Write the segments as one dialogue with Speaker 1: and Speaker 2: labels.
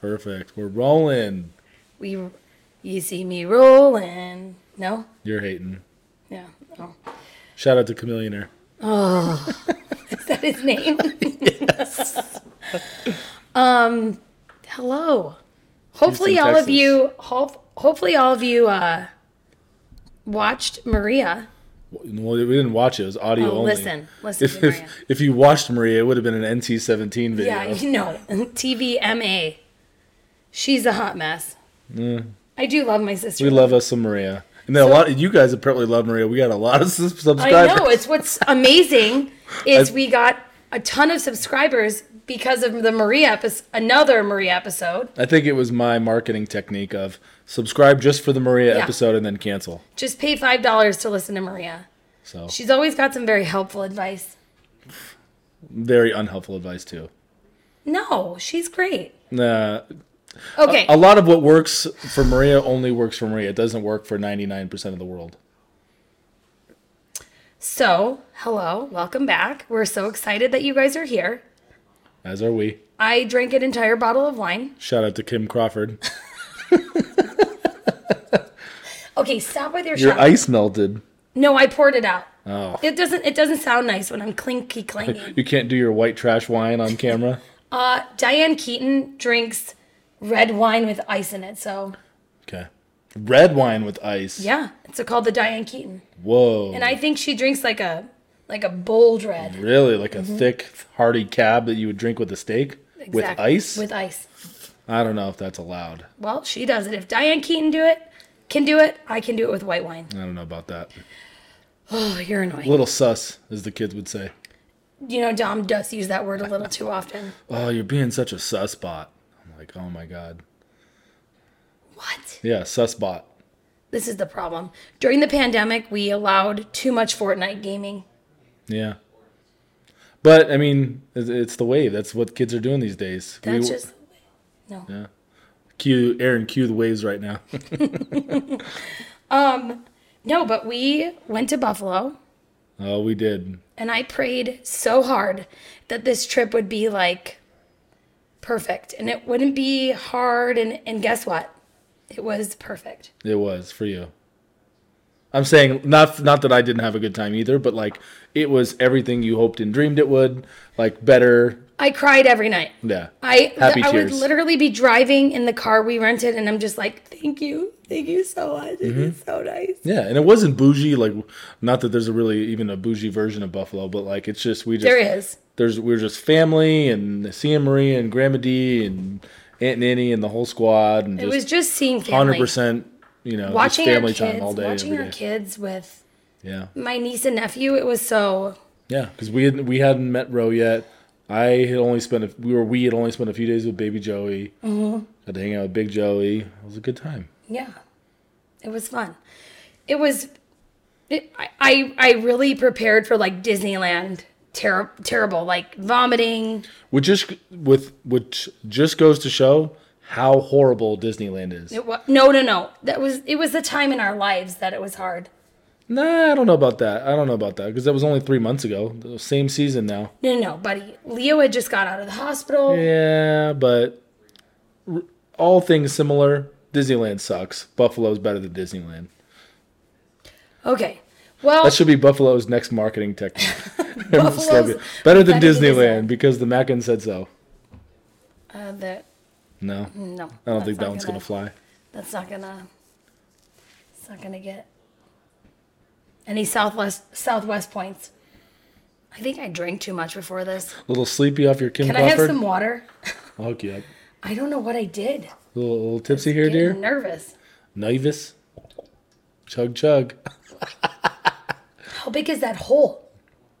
Speaker 1: perfect. We're rolling.
Speaker 2: We, you see me rolling. No,
Speaker 1: You're hating.
Speaker 2: no. Oh,
Speaker 1: Shout out to Chameleonaire.
Speaker 2: is that his name? um. Hello. Hopefully,
Speaker 1: Houston,
Speaker 2: all of
Speaker 1: Texas.
Speaker 2: you. Hope, hopefully, all of you uh, watched Maria.
Speaker 1: Well, we didn't watch it. It was audio
Speaker 2: Oh,
Speaker 1: only.
Speaker 2: listen, listen
Speaker 1: If,
Speaker 2: to Maria.
Speaker 1: if, if you watched Maria, it would have been an NT-17 video.
Speaker 2: Yeah, you know, TVMA. She's a hot mess. I do love my sister.
Speaker 1: We love us some Maria. And then a lot of you guys apparently love Maria. We got a lot of sus- subscribers.
Speaker 2: I know. It's what's amazing is
Speaker 1: I-
Speaker 2: we got a ton of subscribers because of the Maria episode, another Maria episode.
Speaker 1: I think it was my marketing technique of subscribe just for the Maria
Speaker 2: Yeah.
Speaker 1: episode and then cancel.
Speaker 2: Just pay five dollars to listen to Maria.
Speaker 1: So
Speaker 2: She's always got some very helpful advice.
Speaker 1: very unhelpful advice too.
Speaker 2: No, she's great.
Speaker 1: Nah,
Speaker 2: Okay,
Speaker 1: a lot of what works for Maria only works for Maria. It doesn't work for 99% of the world.
Speaker 2: so hello, welcome back. We're so excited that you guys are here.
Speaker 1: As are we.
Speaker 2: I drank an entire bottle of wine.
Speaker 1: Shout out to Kim Crawford.
Speaker 2: Okay, stop with your,
Speaker 1: Your
Speaker 2: shot.
Speaker 1: ice melted.
Speaker 2: no, I poured it out.
Speaker 1: Oh.
Speaker 2: It doesn't. It doesn't sound nice when I'm clinky clanging.
Speaker 1: You can't do your white trash wine on camera.
Speaker 2: Uh, Diane Keaton drinks red wine with ice in it. So,
Speaker 1: Okay. Red wine with ice.
Speaker 2: yeah, it's called the Diane Keaton.
Speaker 1: Whoa.
Speaker 2: And I think she drinks like a like a bold red.
Speaker 1: Really? Like a
Speaker 2: Mm-hmm.
Speaker 1: thick, hearty cab that you would drink with a steak? With
Speaker 2: Exactly.
Speaker 1: ice?
Speaker 2: With ice.
Speaker 1: I don't know if that's allowed.
Speaker 2: Well, she does it. If Diane Keaton do it, can do it, I can do it with white wine.
Speaker 1: I don't know about that.
Speaker 2: Oh, you're annoying.
Speaker 1: Little sus, as the kids would say.
Speaker 2: You know, Dom does use that word a little too often.
Speaker 1: Oh, you're being such a suspot. I'm like, oh my God.
Speaker 2: What?
Speaker 1: Yeah, suspot.
Speaker 2: This is the problem. During the pandemic, we allowed too much Fortnite gaming.
Speaker 1: Yeah. But, I mean, it's- it's the wave. That's what kids are doing these days. We-
Speaker 2: That's just no.
Speaker 1: Cue, Aaron, cue the waves right now.
Speaker 2: No, but we went to Buffalo.
Speaker 1: oh, we did.
Speaker 2: And I prayed so hard that this trip would be like perfect and it wouldn't be hard. And, and guess what? It was perfect.
Speaker 1: It was for you. I'm saying not not that I didn't have a good time either, but like it was everything you hoped and dreamed it would. Like better,
Speaker 2: I cried every night.
Speaker 1: yeah.
Speaker 2: I,
Speaker 1: Happy
Speaker 2: I would
Speaker 1: tears.
Speaker 2: literally be driving in the car we rented and I'm just like, thank you. Thank you so much.
Speaker 1: Mm-hmm.
Speaker 2: It's so nice.
Speaker 1: yeah, and it wasn't bougie. Like, not that there's a really even a bougie version of Buffalo, but like it's just we just
Speaker 2: There is.
Speaker 1: there's we're just family and Sia Marie and Grandma D and Aunt Nanny and the whole squad and
Speaker 2: It was
Speaker 1: just
Speaker 2: just seeing family.
Speaker 1: hundred percent you know just
Speaker 2: Watching our
Speaker 1: family
Speaker 2: kids,
Speaker 1: time all day
Speaker 2: watching
Speaker 1: every
Speaker 2: our
Speaker 1: day.
Speaker 2: kids with
Speaker 1: Yeah,
Speaker 2: my niece and nephew. It was so,
Speaker 1: Yeah, because we hadn't we hadn't met Roe yet. I had only spent a, we were we had only spent a few days with Baby Joey. Mm-hmm. Got to hang out with Big Joey. It was a good time.
Speaker 2: Yeah, it was fun. It was. It, I, I I really prepared for like Disneyland. Ter- terrible, like vomiting.
Speaker 1: Which just with which just goes to show how horrible Disneyland is.
Speaker 2: It wa- no, no, no. That was it. Was the time in our lives that it was hard.
Speaker 1: Nah, I don't know about that. I don't know about that because that was only three months ago. The Same season now.
Speaker 2: No, no, no, buddy. Leo had just got out of the hospital.
Speaker 1: Yeah, but r- all things similar. Disneyland sucks. Buffalo's better than Disneyland.
Speaker 2: Okay. Well,
Speaker 1: That should be Buffalo's next marketing technique.
Speaker 2: Buffalo's
Speaker 1: slogan. Better than
Speaker 2: better than
Speaker 1: Disneyland because the Mackin said so.
Speaker 2: uh, the,
Speaker 1: No,
Speaker 2: no.
Speaker 1: I don't think that one's gonna fly.
Speaker 2: That's not gonna. It's not gonna get any southwest Southwest points. I think I drank too much before this.
Speaker 1: little sleepy off your Kim
Speaker 2: Can I have
Speaker 1: Crawford.
Speaker 2: some water?
Speaker 1: I'll hook you up.
Speaker 2: I don't know what I did.
Speaker 1: little, little tipsy here,
Speaker 2: Getting
Speaker 1: dear.
Speaker 2: nervous.
Speaker 1: Nervous. Chug chug.
Speaker 2: How big is that hole?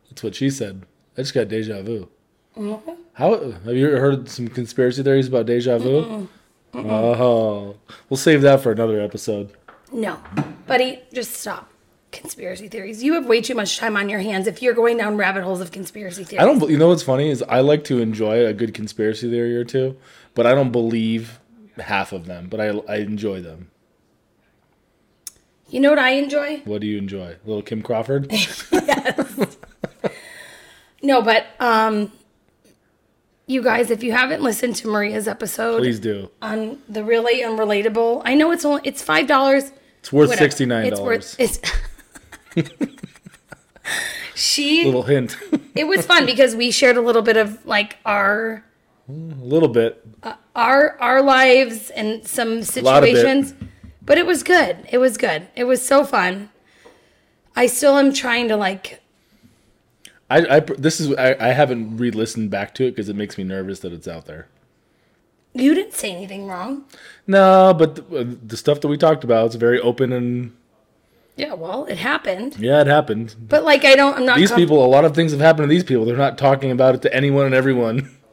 Speaker 1: That's what she said. I just got deja vu.
Speaker 2: Mm-hmm.
Speaker 1: How have you heard some conspiracy theories about deja vu? Oh, we'll save that for another episode.
Speaker 2: No. Buddy, just stop. Conspiracy theories. You have way too much time on your hands if you're going down rabbit holes of conspiracy theories.
Speaker 1: I don't. You know what's funny is I like to enjoy a good conspiracy theory or two, but I don't believe half of them. But I I enjoy them.
Speaker 2: You know what I enjoy?
Speaker 1: What do you enjoy? Little Kim Crawford.
Speaker 2: No, but um you guys, if you haven't listened to Maria's episode
Speaker 1: Please do.
Speaker 2: on the really unrelatable, I know it's only it's five dollars.
Speaker 1: It's worth sixty nine
Speaker 2: It's worth
Speaker 1: dollars.
Speaker 2: it's. she
Speaker 1: Little hint, a
Speaker 2: it was fun because we shared a little bit of like our
Speaker 1: little bit.
Speaker 2: our our lives and some
Speaker 1: lot of it.
Speaker 2: situations but it was good it was good it was so fun i still am trying to like
Speaker 1: I, I this is I, I haven't re-listened back to it because it makes me nervous that it's out there.
Speaker 2: you didn't say anything wrong
Speaker 1: No, but the, the stuff that we talked about it's very open and
Speaker 2: yeah well it happened
Speaker 1: yeah, it happened.
Speaker 2: but like i don't i'm not
Speaker 1: These
Speaker 2: com-
Speaker 1: people, a lot of things have happened to these people. They're not talking about it to anyone and everyone.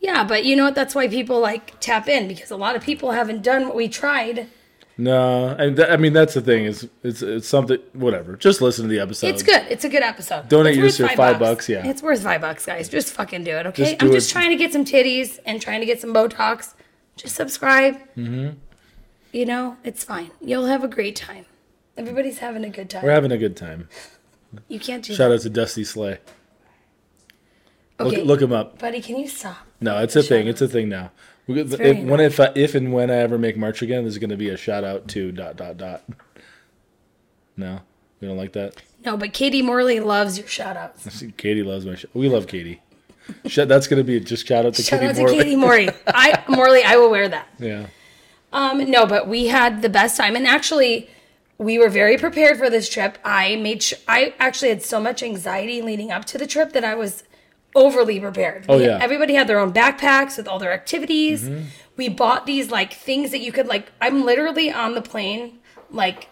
Speaker 2: yeah but you know what that's why people like tap in because a lot of people haven't done what we tried
Speaker 1: No, and th- I mean that's the thing is it's it's something whatever. Just listen to the episode.
Speaker 2: it's good it's a good episode
Speaker 1: Donate
Speaker 2: It's
Speaker 1: yours
Speaker 2: worth
Speaker 1: for five bucks, yeah.
Speaker 2: it's worth five bucks guys just fucking do it okay
Speaker 1: Just do
Speaker 2: i'm just
Speaker 1: it.
Speaker 2: trying to get some titties and trying to get some botox just subscribe mm-hmm. you know it's fine you'll have a great time everybody's having a good time
Speaker 1: We're having a good time.
Speaker 2: you can't do
Speaker 1: Shout out to Dusty Slay.
Speaker 2: that
Speaker 1: Look
Speaker 2: okay
Speaker 1: look him up.
Speaker 2: buddy can you stop
Speaker 1: No, it's a thing. It's a thing now. We, if,
Speaker 2: very
Speaker 1: when if I, if and when I ever make March again, there's going to be a shout out to dot dot dot. No, we don't like that.
Speaker 2: no but katie morley loves your shout outs
Speaker 1: See, Katie loves my show. We love Katie. Shut, that's going to be just shout out to
Speaker 2: shout
Speaker 1: Katie
Speaker 2: out to
Speaker 1: Morley.
Speaker 2: katie morley i morley i will wear that
Speaker 1: Yeah.
Speaker 2: Um, no, but we had the best time, and actually, we were very prepared for this trip. I made sure I actually had so much anxiety leading up to the trip that I was overly prepared.
Speaker 1: Oh,
Speaker 2: We-
Speaker 1: yeah. Mm-hmm.
Speaker 2: everybody had their own backpacks with all their activities. We bought these like things that you could like. I'm literally on the plane, like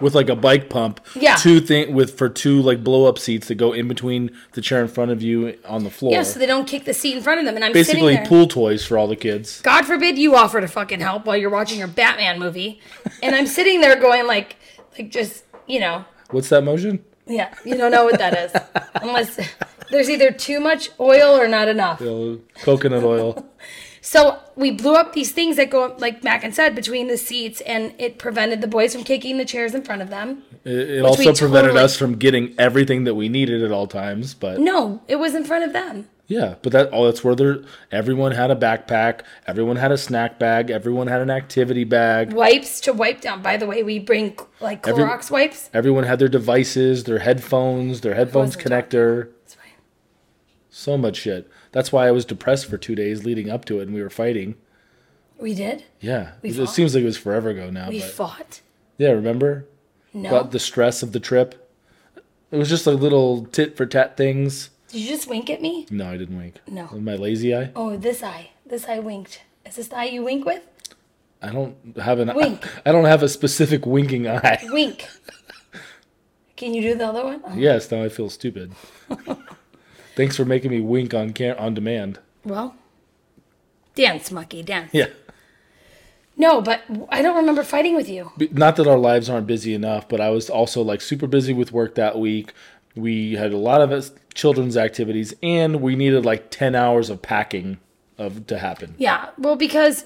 Speaker 1: With like a bike pump.
Speaker 2: Yeah.
Speaker 1: Two thing with for two like blow up seats that go in between the chair in front of you on the floor.
Speaker 2: yeah, so they don't kick the seat in front of them, and I'm sitting
Speaker 1: Oh. Basically
Speaker 2: there.
Speaker 1: pool toys for all the kids.
Speaker 2: God forbid you offer to fucking help while you're watching your Batman movie, and I'm sitting there going like, like just you know,
Speaker 1: What's that motion?
Speaker 2: Yeah, you don't know what that is. Unless there's either too much oil or not enough.
Speaker 1: Uh, Coconut oil.
Speaker 2: So we blew up these things that go, like Mackin said, between the seats, and it prevented the boys from kicking the chairs in front of them.
Speaker 1: It, it also
Speaker 2: we
Speaker 1: prevented
Speaker 2: totally-
Speaker 1: us from getting everything that we needed at all times, but
Speaker 2: No, it was in front of them.
Speaker 1: Yeah, but that all that's where there everyone had a backpack, everyone had a snack bag, everyone had an activity bag,
Speaker 2: Wipes to wipe down. By the way, we bring like
Speaker 1: Every-
Speaker 2: Clorox wipes.
Speaker 1: everyone had their devices, their headphones, their headphones
Speaker 2: wasn't talking?
Speaker 1: connector,
Speaker 2: That's fine.
Speaker 1: so much shit. That's why I was depressed for 2 days leading up to it and we were fighting.
Speaker 2: We did.
Speaker 1: Yeah. It,
Speaker 2: fought.
Speaker 1: seems like it was forever ago now,
Speaker 2: We
Speaker 1: but
Speaker 2: fought.
Speaker 1: yeah, remember?
Speaker 2: No.
Speaker 1: About the stress of the trip. It was just like little tit for tat things.
Speaker 2: did you just wink at me?
Speaker 1: No, I didn't wink.
Speaker 2: No.
Speaker 1: My lazy eye.
Speaker 2: Oh, this eye. This eye winked. Is this the eye you wink with?
Speaker 1: I don't have an
Speaker 2: Wink.
Speaker 1: I don't have a specific winking eye.
Speaker 2: Wink. Can you do the other one? Oh,
Speaker 1: Yes, now I feel stupid. Thanks for making me wink on cam- on demand.
Speaker 2: Well, dance, monkey, dance.
Speaker 1: Yeah.
Speaker 2: No, but w- I don't remember fighting with you.
Speaker 1: B- Not that our lives aren't busy enough, but I was also like super busy with work that week. We had a lot of us- children's activities and we needed like 10 hours of packing of to happen.
Speaker 2: Yeah, well, because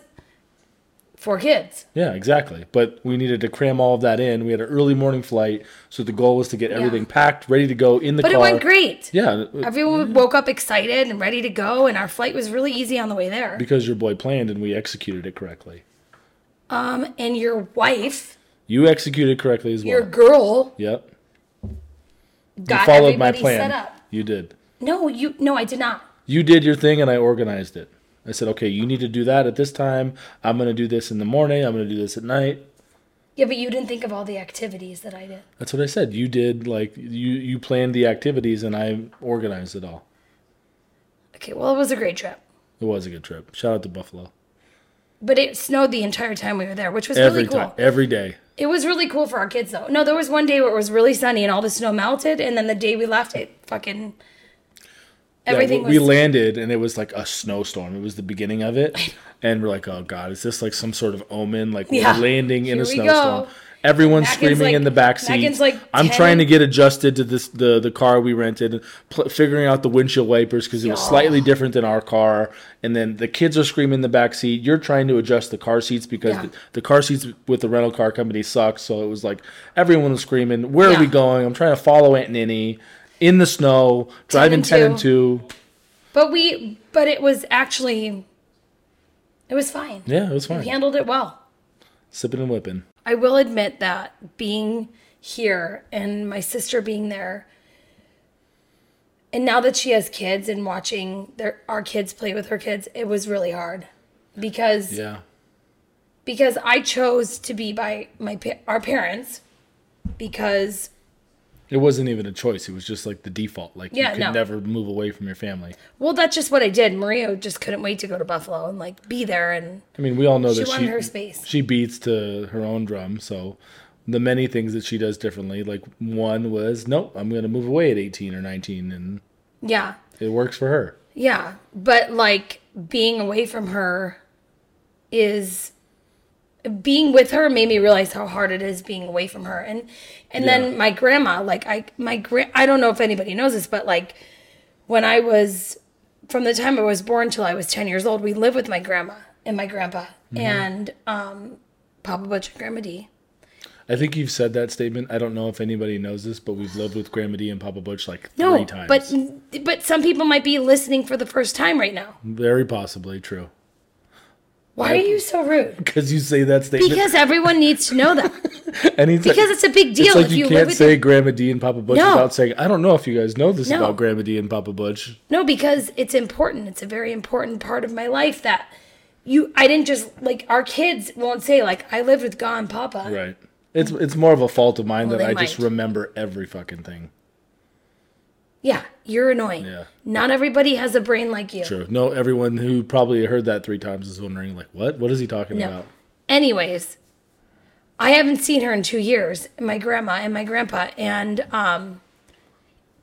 Speaker 2: four kids.
Speaker 1: Yeah, exactly. But we needed to cram all of that in. We had an early morning flight, so the goal was to get everything packed, ready to go in the
Speaker 2: But
Speaker 1: car.
Speaker 2: it went great.
Speaker 1: Yeah,
Speaker 2: Everyone woke up excited and ready to go, and our flight was really easy on the way there.
Speaker 1: because your boy planned and we executed it correctly.
Speaker 2: Um, and your wife,
Speaker 1: You executed correctly as well.
Speaker 2: your girl,
Speaker 1: yep. You
Speaker 2: got
Speaker 1: followed my
Speaker 2: everybody set
Speaker 1: plan.
Speaker 2: up.
Speaker 1: You did.
Speaker 2: No, you. No, I did not.
Speaker 1: you did your thing and I organized it. I said, okay, you need to do that at this time. I'm going to do this in the morning. I'm going to do this at night.
Speaker 2: Yeah, but you didn't think of all the activities that I did.
Speaker 1: That's what I said. You did like you you planned the activities and I organized it all.
Speaker 2: Okay, well, it was a great trip,
Speaker 1: It was a good trip. Shout out to Buffalo.
Speaker 2: but it snowed the entire time we were there, which was
Speaker 1: Every
Speaker 2: really cool.
Speaker 1: time, every day.
Speaker 2: It was really cool for our kids though. No, there was one day where it was really sunny and all the snow melted, and then the day we left, it fucking
Speaker 1: Yeah,
Speaker 2: everything
Speaker 1: we we
Speaker 2: was.
Speaker 1: landed and it was like a snowstorm. It was the beginning of it, and we're like, "Oh God, is this like some sort of omen? Like
Speaker 2: Yeah.
Speaker 1: we're landing in
Speaker 2: Here
Speaker 1: a
Speaker 2: we
Speaker 1: snowstorm."
Speaker 2: go.
Speaker 1: Everyone's
Speaker 2: Mackin's
Speaker 1: screaming
Speaker 2: like-
Speaker 1: in the back seat.
Speaker 2: Mackin's like
Speaker 1: I'm
Speaker 2: 10.
Speaker 1: trying to get adjusted to this the the car we rented, pl- figuring out the windshield wipers because it was
Speaker 2: Yeah.
Speaker 1: slightly different than our car. And then the kids are screaming in the back seat. You're trying to adjust the car seats because
Speaker 2: Yeah.
Speaker 1: the, the car seats with the rental car company sucks. So it was like everyone was screaming, "Where are
Speaker 2: Yeah.
Speaker 1: we going?" I'm trying to follow Aunt Ninny in the snow, driving
Speaker 2: and
Speaker 1: ten and two.
Speaker 2: But we, but it was actually, it was fine.
Speaker 1: Yeah, it was fine.
Speaker 2: We handled it well.
Speaker 1: Sipping and whipping.
Speaker 2: I will admit that being here and my sister being there, and now that she has kids and watching their our kids play with her kids, it was really hard because
Speaker 1: Yeah.
Speaker 2: because I chose to be by my pa- our parents because
Speaker 1: It wasn't even a choice. It was just like the default. Like you
Speaker 2: Yeah,
Speaker 1: could
Speaker 2: no.
Speaker 1: never move away from your family.
Speaker 2: well that's just what I did. Maria just couldn't wait to go to Buffalo and like be there and
Speaker 1: I mean, we all know
Speaker 2: She
Speaker 1: that
Speaker 2: wanted
Speaker 1: she
Speaker 2: her space.
Speaker 1: she beats to her own drum. So the many things that she does differently, like one was, nope, I'm going to move away at 18 or 19, and
Speaker 2: yeah.
Speaker 1: it works for her.
Speaker 2: Yeah, but like being away from her is being with her made me realize how hard it is being away from her. And and
Speaker 1: Yeah.
Speaker 2: then my grandma, like I my gra- I don't know if anybody knows this, but like when I was from the time I was born till I was 10 years old, we lived with my grandma and my grandpa and um Papa Butch and Grandma D.
Speaker 1: I think you've said that statement. I don't know if anybody knows this, but we've lived with Grandma D and Papa Butch like three
Speaker 2: No,
Speaker 1: times.
Speaker 2: but but some people might be listening for the first time right now.
Speaker 1: Very possibly true.
Speaker 2: Why are you so rude?
Speaker 1: Because you say that statement.
Speaker 2: Because everyone needs to know that.
Speaker 1: anytime.
Speaker 2: Because it's a big deal
Speaker 1: It's like
Speaker 2: if
Speaker 1: you,
Speaker 2: you live
Speaker 1: can't
Speaker 2: with
Speaker 1: say Grandma D and Papa Butch
Speaker 2: No.
Speaker 1: without saying, I don't know if you guys know this
Speaker 2: No.
Speaker 1: about Grandma D and Papa Butch.
Speaker 2: No, because it's important. It's a very important part of my life that you I didn't just like our kids won't say like I lived with Ga and Papa.
Speaker 1: Right. It's it's more of a fault of mine
Speaker 2: Well,
Speaker 1: that
Speaker 2: they
Speaker 1: I just
Speaker 2: might.
Speaker 1: remember every fucking thing.
Speaker 2: Yeah, you're annoying.
Speaker 1: Yeah.
Speaker 2: Not everybody has a brain like you.
Speaker 1: True. No, everyone who probably heard that three times is wondering, like, what? What is he talking
Speaker 2: No.
Speaker 1: about?
Speaker 2: Anyways, I haven't seen her in two years, my grandma and my grandpa, and um,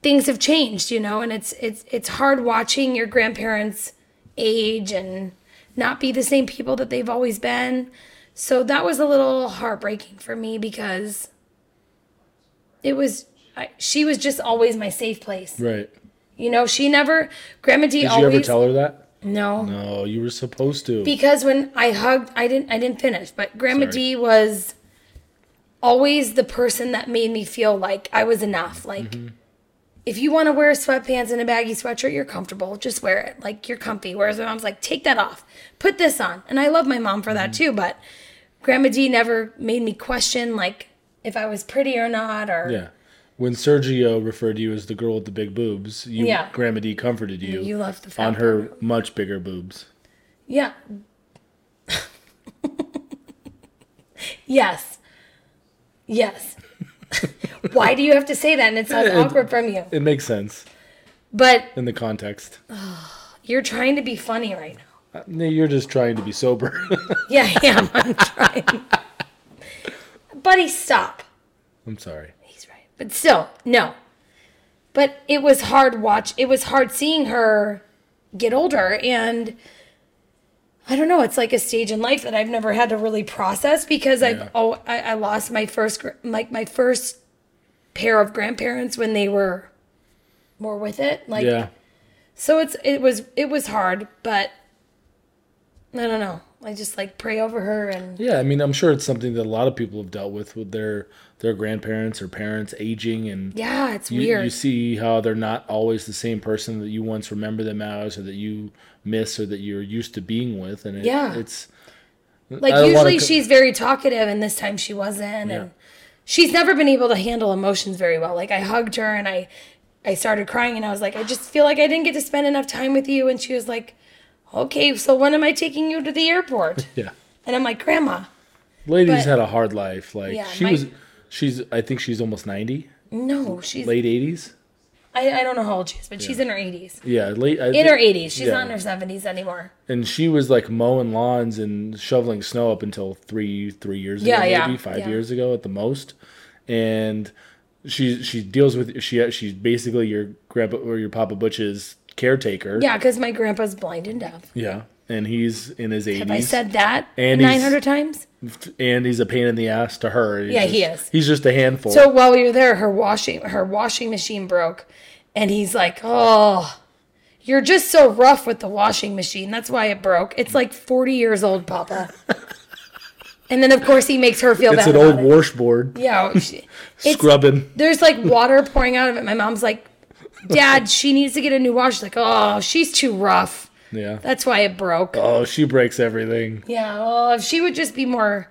Speaker 2: things have changed, you know. And it's it's it's hard watching your grandparents age and not be the same people that they've always been. So that was a little heartbreaking for me because it was I, she was just always my safe place,
Speaker 1: Right.
Speaker 2: you know. She never Grandma D
Speaker 1: Did
Speaker 2: always
Speaker 1: you ever tell her that?
Speaker 2: no
Speaker 1: No, you were supposed to.
Speaker 2: because when I hugged, I didn't I didn't finish, but Grandma D was always the person that made me feel like I was enough. Like
Speaker 1: Mm-hmm.
Speaker 2: if you want to wear sweatpants and a baggy sweatshirt, you're comfortable. Just wear it. Like you're comfy. Whereas my mom's like, take that off. Put this on. And I love my mom for that
Speaker 1: Mm-hmm.
Speaker 2: too, but Grandma D never made me question like if I was pretty or not or
Speaker 1: yeah. When Sergio referred to you as the girl with the big boobs, you
Speaker 2: Yeah.
Speaker 1: Grandma D comforted you,
Speaker 2: you love the fat
Speaker 1: on her much bigger boobs.
Speaker 2: Yeah. yes. Yes. Why do you have to say that? And it sounds
Speaker 1: It-
Speaker 2: awkward from you.
Speaker 1: It makes sense
Speaker 2: But
Speaker 1: in the context.
Speaker 2: you're trying to be funny right now.
Speaker 1: Uh, no, You're just trying to be sober.
Speaker 2: Yeah, I am. I'm trying. Buddy, stop.
Speaker 1: I'm sorry.
Speaker 2: He's right. But still, no. But it was hard watch. It was hard seeing her get older and I don't know, it's like a stage in life that I've never had to really process because
Speaker 1: Yeah.
Speaker 2: I've oh I, I lost my first gr- like my first pair of grandparents when they were more with it. Like
Speaker 1: Yeah.
Speaker 2: so it's it was it was hard, but I don't know. I just like pray over her and
Speaker 1: Yeah, I mean, I'm sure it's something that a lot of people have dealt with with their their grandparents or parents aging and
Speaker 2: yeah, it's
Speaker 1: you,
Speaker 2: weird.
Speaker 1: you see how they're not always the same person that you once remember them as or that you miss or that you're used to being with and it,
Speaker 2: Yeah.
Speaker 1: it's
Speaker 2: Like
Speaker 1: I don't wanna
Speaker 2: usually
Speaker 1: co-
Speaker 2: she's very talkative, and this time she wasn't,
Speaker 1: Yeah.
Speaker 2: and she's never been able to handle emotions very well. Like I hugged her, and I, I started crying, and I was like, I just feel like I didn't get to spend enough time with you, and she was like, Okay, so when am I taking you to the airport?
Speaker 1: yeah.
Speaker 2: and I'm like, Grandma,
Speaker 1: Lady's
Speaker 2: But-
Speaker 1: had a hard life. Like
Speaker 2: Yeah,
Speaker 1: she
Speaker 2: my-
Speaker 1: was she's I think she's almost 90,
Speaker 2: no, she's
Speaker 1: late 80s.
Speaker 2: I, I don't know how old she is, but she's in her 80s,
Speaker 1: Yeah, late I
Speaker 2: in
Speaker 1: think-
Speaker 2: her 80s. She's
Speaker 1: yeah.
Speaker 2: not in her 70s anymore.
Speaker 1: And she was like mowing lawns and shoveling snow up until 3 3 years ago
Speaker 2: Yeah,
Speaker 1: maybe
Speaker 2: yeah,
Speaker 1: 5
Speaker 2: yeah.
Speaker 1: years ago at the most. And she she deals with she she's basically your grandpa or your papa butch's caretaker.
Speaker 2: Yeah, because my grandpa's blind and deaf.
Speaker 1: Yeah. And he's in his 80s.
Speaker 2: Have I said that
Speaker 1: And he's-
Speaker 2: 900 times?
Speaker 1: and he's a pain in the ass to her. He's
Speaker 2: Yeah,
Speaker 1: just,
Speaker 2: he is.
Speaker 1: He's just a handful.
Speaker 2: So while we were there, her washing her washing machine broke, and he's like, "Oh, you're just so rough with the washing machine. That's why it broke. It's like 40 years old, Papa." and then of course he makes her feel
Speaker 1: it's
Speaker 2: bad.
Speaker 1: an old
Speaker 2: about it.
Speaker 1: washboard
Speaker 2: Yeah, oh, she- it's,
Speaker 1: scrubbing.
Speaker 2: there's like water pouring out of it. My mom's like, Dad, she needs to get a new watch. She's like, oh, she's too rough.
Speaker 1: Yeah.
Speaker 2: That's why it broke.
Speaker 1: Oh, she breaks everything.
Speaker 2: Yeah, well, if she would just be more.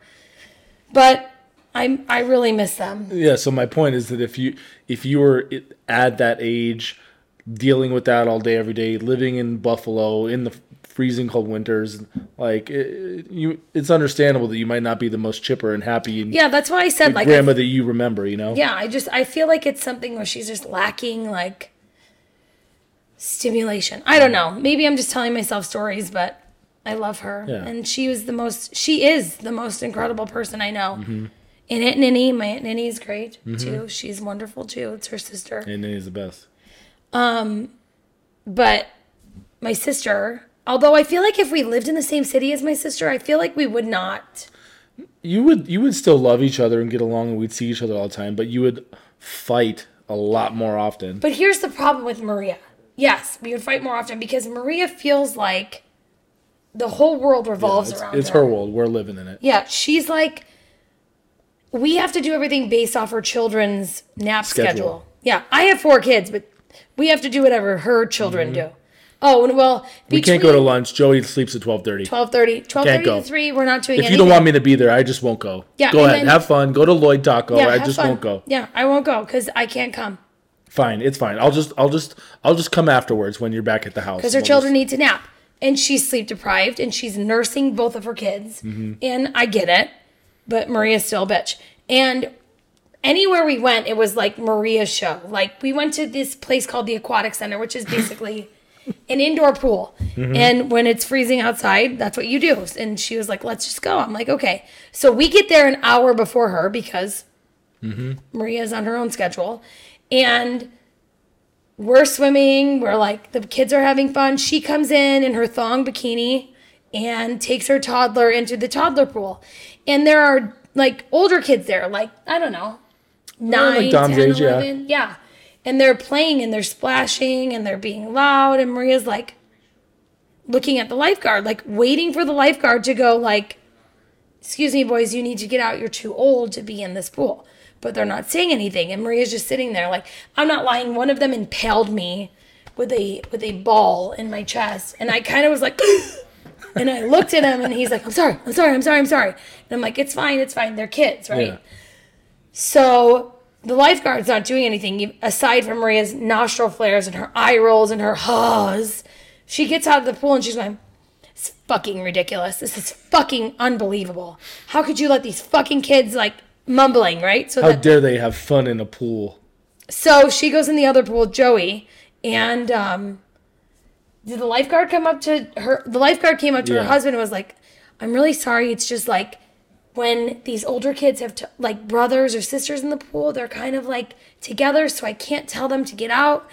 Speaker 2: But I'm I really miss them.
Speaker 1: Yeah. So my point is that if you if you were it- at that age, dealing with that all day every day, living in Buffalo in the freezing cold winters, like it, you, it's understandable that you might not be the most chipper and happy and
Speaker 2: Yeah, that's why I said like I
Speaker 1: grandma that you remember. You know.
Speaker 2: yeah i just i feel like it's something where she's just lacking like stimulation i don't know maybe i'm just telling myself stories but i love her
Speaker 1: Yeah.
Speaker 2: and she was the most she is the most incredible person i know and aunt ninny my aunt ninny is great too she's wonderful too it's her sister
Speaker 1: And it is the best.
Speaker 2: but my sister although i feel like if we lived in the same city as my sister i feel like we would not
Speaker 1: you would you would still love each other and get along and we'd see each other all the time but you would fight a lot more often
Speaker 2: But here's the problem with Maria. Yes, we would fight more often because Maria feels like the whole world revolves
Speaker 1: it's,
Speaker 2: around
Speaker 1: it's her world we're living in it
Speaker 2: Yeah, she's like, we have to do everything based off her children's nap schedule.
Speaker 1: Schedule.
Speaker 2: Yeah, I have four kids, but we have to do whatever her children do. Oh, and well,
Speaker 1: Mm-hmm. we can't go to lunch joey sleeps at 12.30
Speaker 2: 12.30, 12.30
Speaker 1: go.
Speaker 2: to 3, we're not doing
Speaker 1: if
Speaker 2: anything.
Speaker 1: you don't want me to be there i just won't go
Speaker 2: Yeah,
Speaker 1: go
Speaker 2: and
Speaker 1: ahead
Speaker 2: then-
Speaker 1: have fun go to lloyd taco i
Speaker 2: have
Speaker 1: just
Speaker 2: fun.
Speaker 1: won't go
Speaker 2: Yeah, I won't go because I can't come.
Speaker 1: fine it's fine i'll just i'll just i'll just come afterwards when you're back at the house
Speaker 2: because her
Speaker 1: We'll
Speaker 2: children need to nap and she's sleep deprived and she's nursing both of her kids and i get it but maria's still a bitch and anywhere we went it was like maria's show like we went to this place called the aquatic center which is basically an indoor pool and when it's freezing outside that's what you do and she was like let's just go i'm like okay so we get there an hour before her because maria's on her own schedule and we're swimming, we're like, the kids are having fun. She comes in in her thong bikini and takes her toddler into the toddler pool. And there are like older kids there, like, I don't know, nine,
Speaker 1: like Dom's
Speaker 2: 10,
Speaker 1: age, yeah.
Speaker 2: 11. Yeah. And they're playing and they're splashing and they're being loud. And Maria's like looking at the lifeguard, like waiting for the lifeguard to go, like, excuse me, boys, you need to get out. You're too old to be in this pool. But they're not saying anything. And Maria's just sitting there like, I'm not lying. One of them impaled me with a with a ball in my chest. And I kind of was like and I looked at him and he's like, I'm sorry, I'm sorry, I'm sorry, I'm sorry. And I'm like, it's fine, it's fine. They're kids, right?
Speaker 1: Yeah.
Speaker 2: So the lifeguard's not doing anything e- aside from Maria's nostril flares and her eye rolls and her haws. She gets out of the pool and she's going, It's fucking ridiculous. This is fucking unbelievable. How could you let these fucking kids like mumbling, right? So
Speaker 1: how
Speaker 2: that
Speaker 1: dare they have fun in a pool
Speaker 2: so she goes in the other pool with Joey, and um, did the lifeguard come up to her? The lifeguard came up to
Speaker 1: Yeah.
Speaker 2: her husband and was like, "I'm really sorry. It's just like when these older kids have t- like brothers or sisters in the pool, they're kind of like together, so I can't tell them to get out."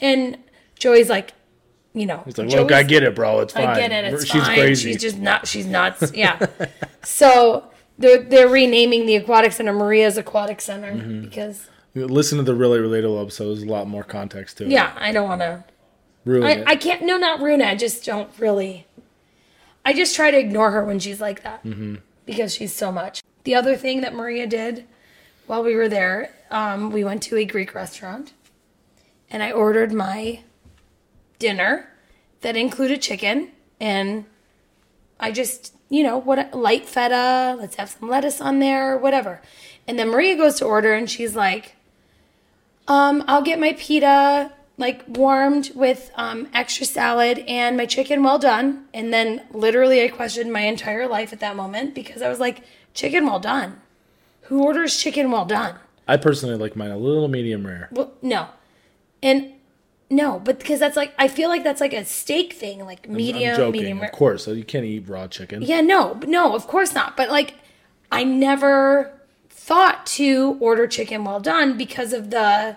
Speaker 2: And Joey's like, you know,
Speaker 1: it's like look i get it bro it's fine
Speaker 2: I get it. It's
Speaker 1: she's
Speaker 2: fine.
Speaker 1: crazy
Speaker 2: She's just not. She's nuts. Yeah. so they're they're renaming the aquatic center Maria's Aquatic Center
Speaker 1: Mm-hmm.
Speaker 2: because
Speaker 1: listen to the really relatable episode there's a lot more context to it
Speaker 2: yeah, I don't want to.
Speaker 1: Ruin
Speaker 2: I,
Speaker 1: it.
Speaker 2: I can't. No, not Runa. I just don't really. I just try to ignore her when she's like that
Speaker 1: Mm-hmm.
Speaker 2: because she's so much. The other thing that Maria did while we were there, um, we went to a Greek restaurant, and I ordered my dinner that included chicken and I just you know what light feta. Let's have some lettuce on there, whatever. And then Maria goes to order, and she's like, um, I'll get my pita like warmed with um, extra salad and my chicken well done. And then literally, I questioned my entire life at that moment because I was like, chicken well done. Who orders chicken well done?
Speaker 1: I personally like mine a little medium rare.
Speaker 2: Well, no, and no, but because that's like I feel like that's like a steak thing, like medium,
Speaker 1: I'm joking,
Speaker 2: medium rare.
Speaker 1: of course. You can't eat raw chicken.
Speaker 2: Yeah, no, no, of course not. But like, I never thought to order chicken well done because of the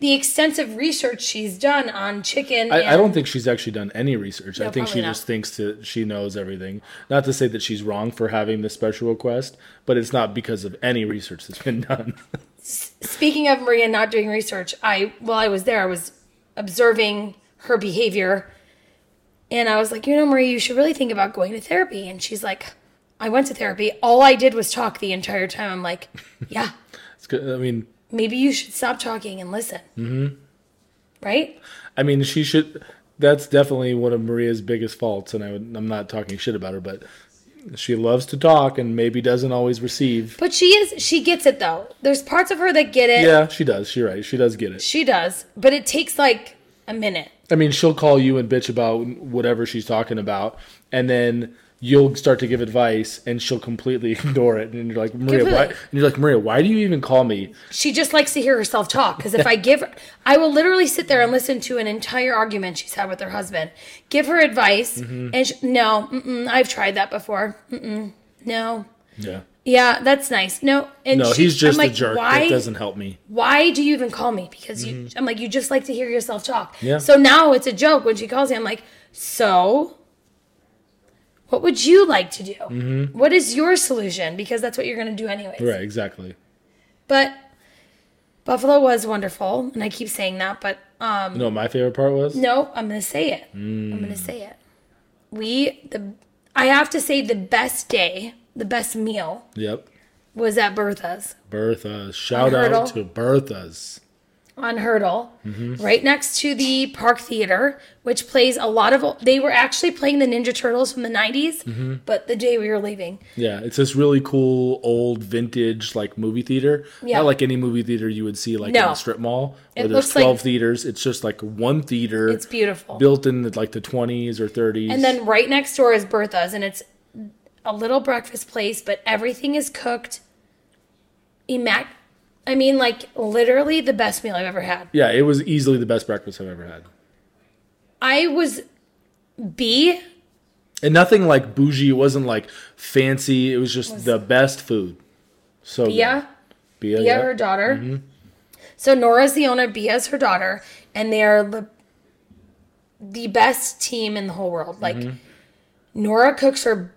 Speaker 2: the extensive research she's done on chicken.
Speaker 1: I, I
Speaker 2: and-
Speaker 1: don't think she's actually done any research. I
Speaker 2: No,
Speaker 1: think she
Speaker 2: probably not.
Speaker 1: just thinks that she knows everything. Not to say that she's wrong for having this special request, but it's not because of any research that's been done.
Speaker 2: Speaking of Maria not doing research, I while I was there, I was observing her behavior, and I was like, you know, Maria, you should really think about going to therapy. And she's like, I went to therapy. All I did was talk the entire time. I'm like, yeah.
Speaker 1: It's good. I mean,
Speaker 2: maybe you should stop talking and listen. Mm-hmm. right?
Speaker 1: I mean, she should. That's definitely one of Maria's biggest faults, and I would, I'm not talking shit about her, but she loves to talk and maybe doesn't always receive.
Speaker 2: But she is she gets it though. There's parts of her that get it.
Speaker 1: Yeah, she does. You're right. She does get it.
Speaker 2: She does, but it takes like a minute.
Speaker 1: I mean, she'll call you and bitch about whatever she's talking about, and then you'll start to give advice, and she'll completely ignore it. And you're like, Maria, why?
Speaker 2: Completely.
Speaker 1: And you're like, Maria, why do you even call me?
Speaker 2: She just likes to hear herself talk cuz if I give her I will literally sit there and listen to an entire argument she's had with her husband. Give her advice
Speaker 1: Mm-hmm.
Speaker 2: and she, no, mm-mm, I've tried that before. Mm-mm, no.
Speaker 1: Yeah.
Speaker 2: Yeah, that's nice. No, and
Speaker 1: No,
Speaker 2: she-
Speaker 1: he's just
Speaker 2: I'm like,
Speaker 1: a jerk.
Speaker 2: Why
Speaker 1: That doesn't help me.
Speaker 2: why do you even call me? Because you, I'm like, you just like to hear yourself talk.
Speaker 1: Mm-hmm. Yeah.
Speaker 2: So now it's a joke when she calls me. I'm like, so what would you like to do? What is your solution? Because that's what you're going to do anyways.
Speaker 1: Mm-hmm. Right. Exactly.
Speaker 2: But Buffalo was wonderful. And I keep saying that, but um,
Speaker 1: You know what my favorite part was?
Speaker 2: no, I'm going to say it. I'm
Speaker 1: Mm.
Speaker 2: going to say it. We, the, I have to say the best day, the best meal
Speaker 1: Yep.
Speaker 2: was at Bertha's.
Speaker 1: Bertha's. Shout
Speaker 2: Hurdle.
Speaker 1: out to Bertha's.
Speaker 2: on Hurdle, right next to the Park Theater, which plays a lot of. They were actually playing the Ninja Turtles from the 90s, but the day we were leaving.
Speaker 1: Yeah, it's this really cool old vintage like movie theater.
Speaker 2: Yeah.
Speaker 1: Not like any movie theater you would see like in
Speaker 2: No.
Speaker 1: a strip mall where
Speaker 2: It
Speaker 1: there's
Speaker 2: looks like-
Speaker 1: 12 theaters. It's just like one theater.
Speaker 2: It's beautiful.
Speaker 1: Built in the, like the 20s or 30s.
Speaker 2: And then right next door is Bertha's, and it's a little breakfast place, but everything is cooked. Immac- I mean, like literally the best meal I've ever had.
Speaker 1: yeah, it was easily the best breakfast I've ever had.
Speaker 2: I was B.
Speaker 1: And nothing like bougie, it wasn't like fancy. It was just the best food. So good.
Speaker 2: Yeah.
Speaker 1: Bia,
Speaker 2: Bia,
Speaker 1: yeah. Mm-hmm.
Speaker 2: her daughter. So Nora's the owner, Bia's her daughter, and they are the the best team in the whole world. Like
Speaker 1: Mm-hmm.
Speaker 2: Nora cooks her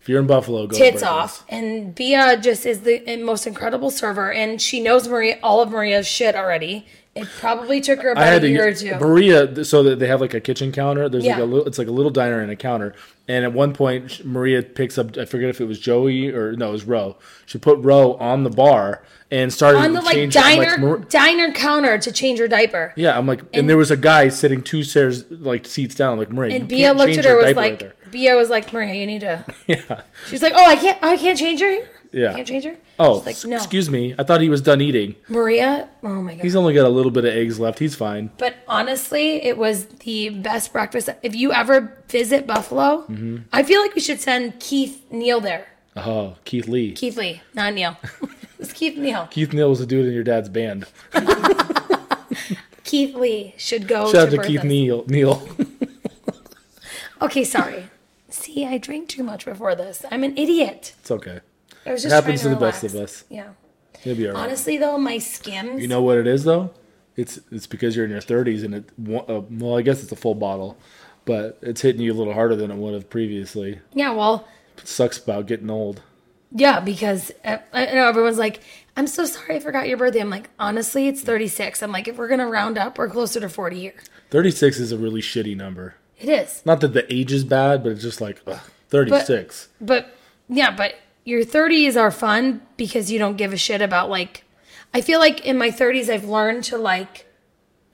Speaker 1: If you're in Buffalo, go to
Speaker 2: tits
Speaker 1: Bertha's.
Speaker 2: off, and Bia just is the most incredible server, and she knows Maria all of Maria's shit already. It probably took her
Speaker 1: I
Speaker 2: about
Speaker 1: had
Speaker 2: a
Speaker 1: to
Speaker 2: year or
Speaker 1: get
Speaker 2: two.
Speaker 1: Maria th- so that they have like a kitchen counter. There's like
Speaker 2: Yeah.
Speaker 1: a little, it's like a little diner and a counter. And at one point, sh- Maria picks up. I forget if it was Joey or no, it was Ro. She put Ro on the bar and started
Speaker 2: on the like
Speaker 1: changing- I'm
Speaker 2: diner
Speaker 1: "Mar-
Speaker 2: diner counter to change her diaper.
Speaker 1: yeah, I'm like, and, there was a guy sitting two stairs like seats down. Like Maria,
Speaker 2: And
Speaker 1: you
Speaker 2: Bia
Speaker 1: can't
Speaker 2: looked
Speaker 1: change
Speaker 2: at her
Speaker 1: your
Speaker 2: was
Speaker 1: diaper right
Speaker 2: like Bia was like, Maria, you need to
Speaker 1: there." yeah,
Speaker 2: She's like, Oh, I can't I can't change her here.
Speaker 1: Yeah.
Speaker 2: Can't change her?
Speaker 1: oh,
Speaker 2: She's like,
Speaker 1: s-
Speaker 2: no.
Speaker 1: excuse me, I thought he was done eating.
Speaker 2: Maria, oh my god.
Speaker 1: He's only got a little bit of eggs left. He's fine.
Speaker 2: but honestly, it was the best breakfast. If you ever visit Buffalo,
Speaker 1: Mm-hmm.
Speaker 2: I feel like we should send Keith Neal there.
Speaker 1: Oh, Keith Lee. Keith,
Speaker 2: Keith Lee, not Neal. it's Keith Neal.
Speaker 1: Neal was a dude in your dad's band.
Speaker 2: Keith Lee should go
Speaker 1: Shout out
Speaker 2: to,
Speaker 1: to Keith
Speaker 2: Bertha's.
Speaker 1: Neal. Neal.
Speaker 2: Okay, sorry. See, I drank too much before this. I'm an idiot.
Speaker 1: it's okay.
Speaker 2: I was
Speaker 1: It
Speaker 2: just
Speaker 1: happens to
Speaker 2: trying
Speaker 1: the
Speaker 2: to
Speaker 1: best
Speaker 2: relax.
Speaker 1: of us.
Speaker 2: Yeah.
Speaker 1: He'll be all right.
Speaker 2: Honestly, though, my skims.
Speaker 1: You know what it is though? It's it's because you're in your 30s and it wa- uh, well I guess it's a full bottle, but it's hitting you a little harder than it would have previously.
Speaker 2: yeah. Well,
Speaker 1: It sucks about getting old.
Speaker 2: Yeah, because uh, I know everyone's like, I'm so sorry I forgot your birthday. I'm like, honestly, it's 36. I'm like, if we're going to round up, we're closer to 40 here.
Speaker 1: 36 is a really shitty number.
Speaker 2: It is.
Speaker 1: Not that the age is bad, but it's just like ugh, 36.
Speaker 2: But yeah, but your 30s are fun because you don't give a shit about like, I feel like in my 30s, I've learned to like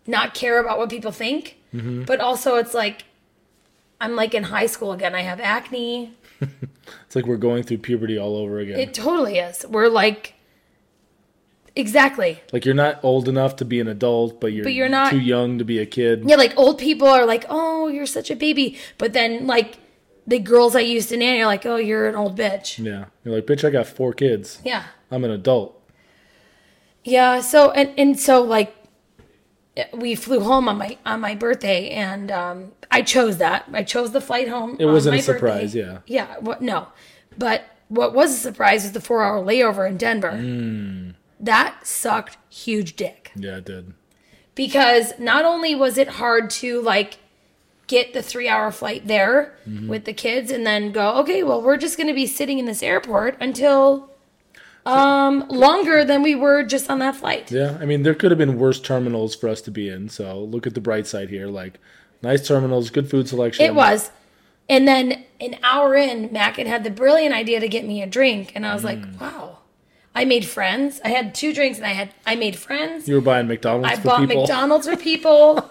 Speaker 2: not care about what people think. But also, it's like, I'm like in high school again. I have acne.
Speaker 1: It's like we're going through puberty all over again.
Speaker 2: It totally is. We're like, exactly.
Speaker 1: like you're not old enough to be an adult, but you're,
Speaker 2: But you're not-
Speaker 1: too young to be a kid.
Speaker 2: Yeah, like old people are like, oh, you're such a baby. But then, like, the girls I used to nanny are like, oh, you're an old bitch.
Speaker 1: Yeah. You're like, "Bitch, I got four kids.
Speaker 2: Yeah.
Speaker 1: I'm an adult."
Speaker 2: Yeah. So, and, and so, like, we flew home on my on my birthday, and um, I chose that. I chose the flight home. It
Speaker 1: wasn't a surprise, yeah.
Speaker 2: Yeah. What? No. But what was a surprise was the four hour layover in Denver.
Speaker 1: Mm.
Speaker 2: That sucked huge dick.
Speaker 1: Yeah, I did.
Speaker 2: because not only was it hard to like get the three hour flight there
Speaker 1: Mm-hmm.
Speaker 2: with the kids and then go okay well we're just going to be sitting in this airport until um longer than we were just on that flight
Speaker 1: Yeah, I mean, there could have been worse terminals for us to be in. So look at the bright side here. Like, nice terminals, good food selection.
Speaker 2: it was and
Speaker 1: Mm.
Speaker 2: then an hour in mac had had the brilliant idea to get me a drink and i was like wow I made friends. I had two drinks and I had I made friends.
Speaker 1: You were buying McDonald's
Speaker 2: I
Speaker 1: for
Speaker 2: bought
Speaker 1: people.
Speaker 2: McDonald's for people.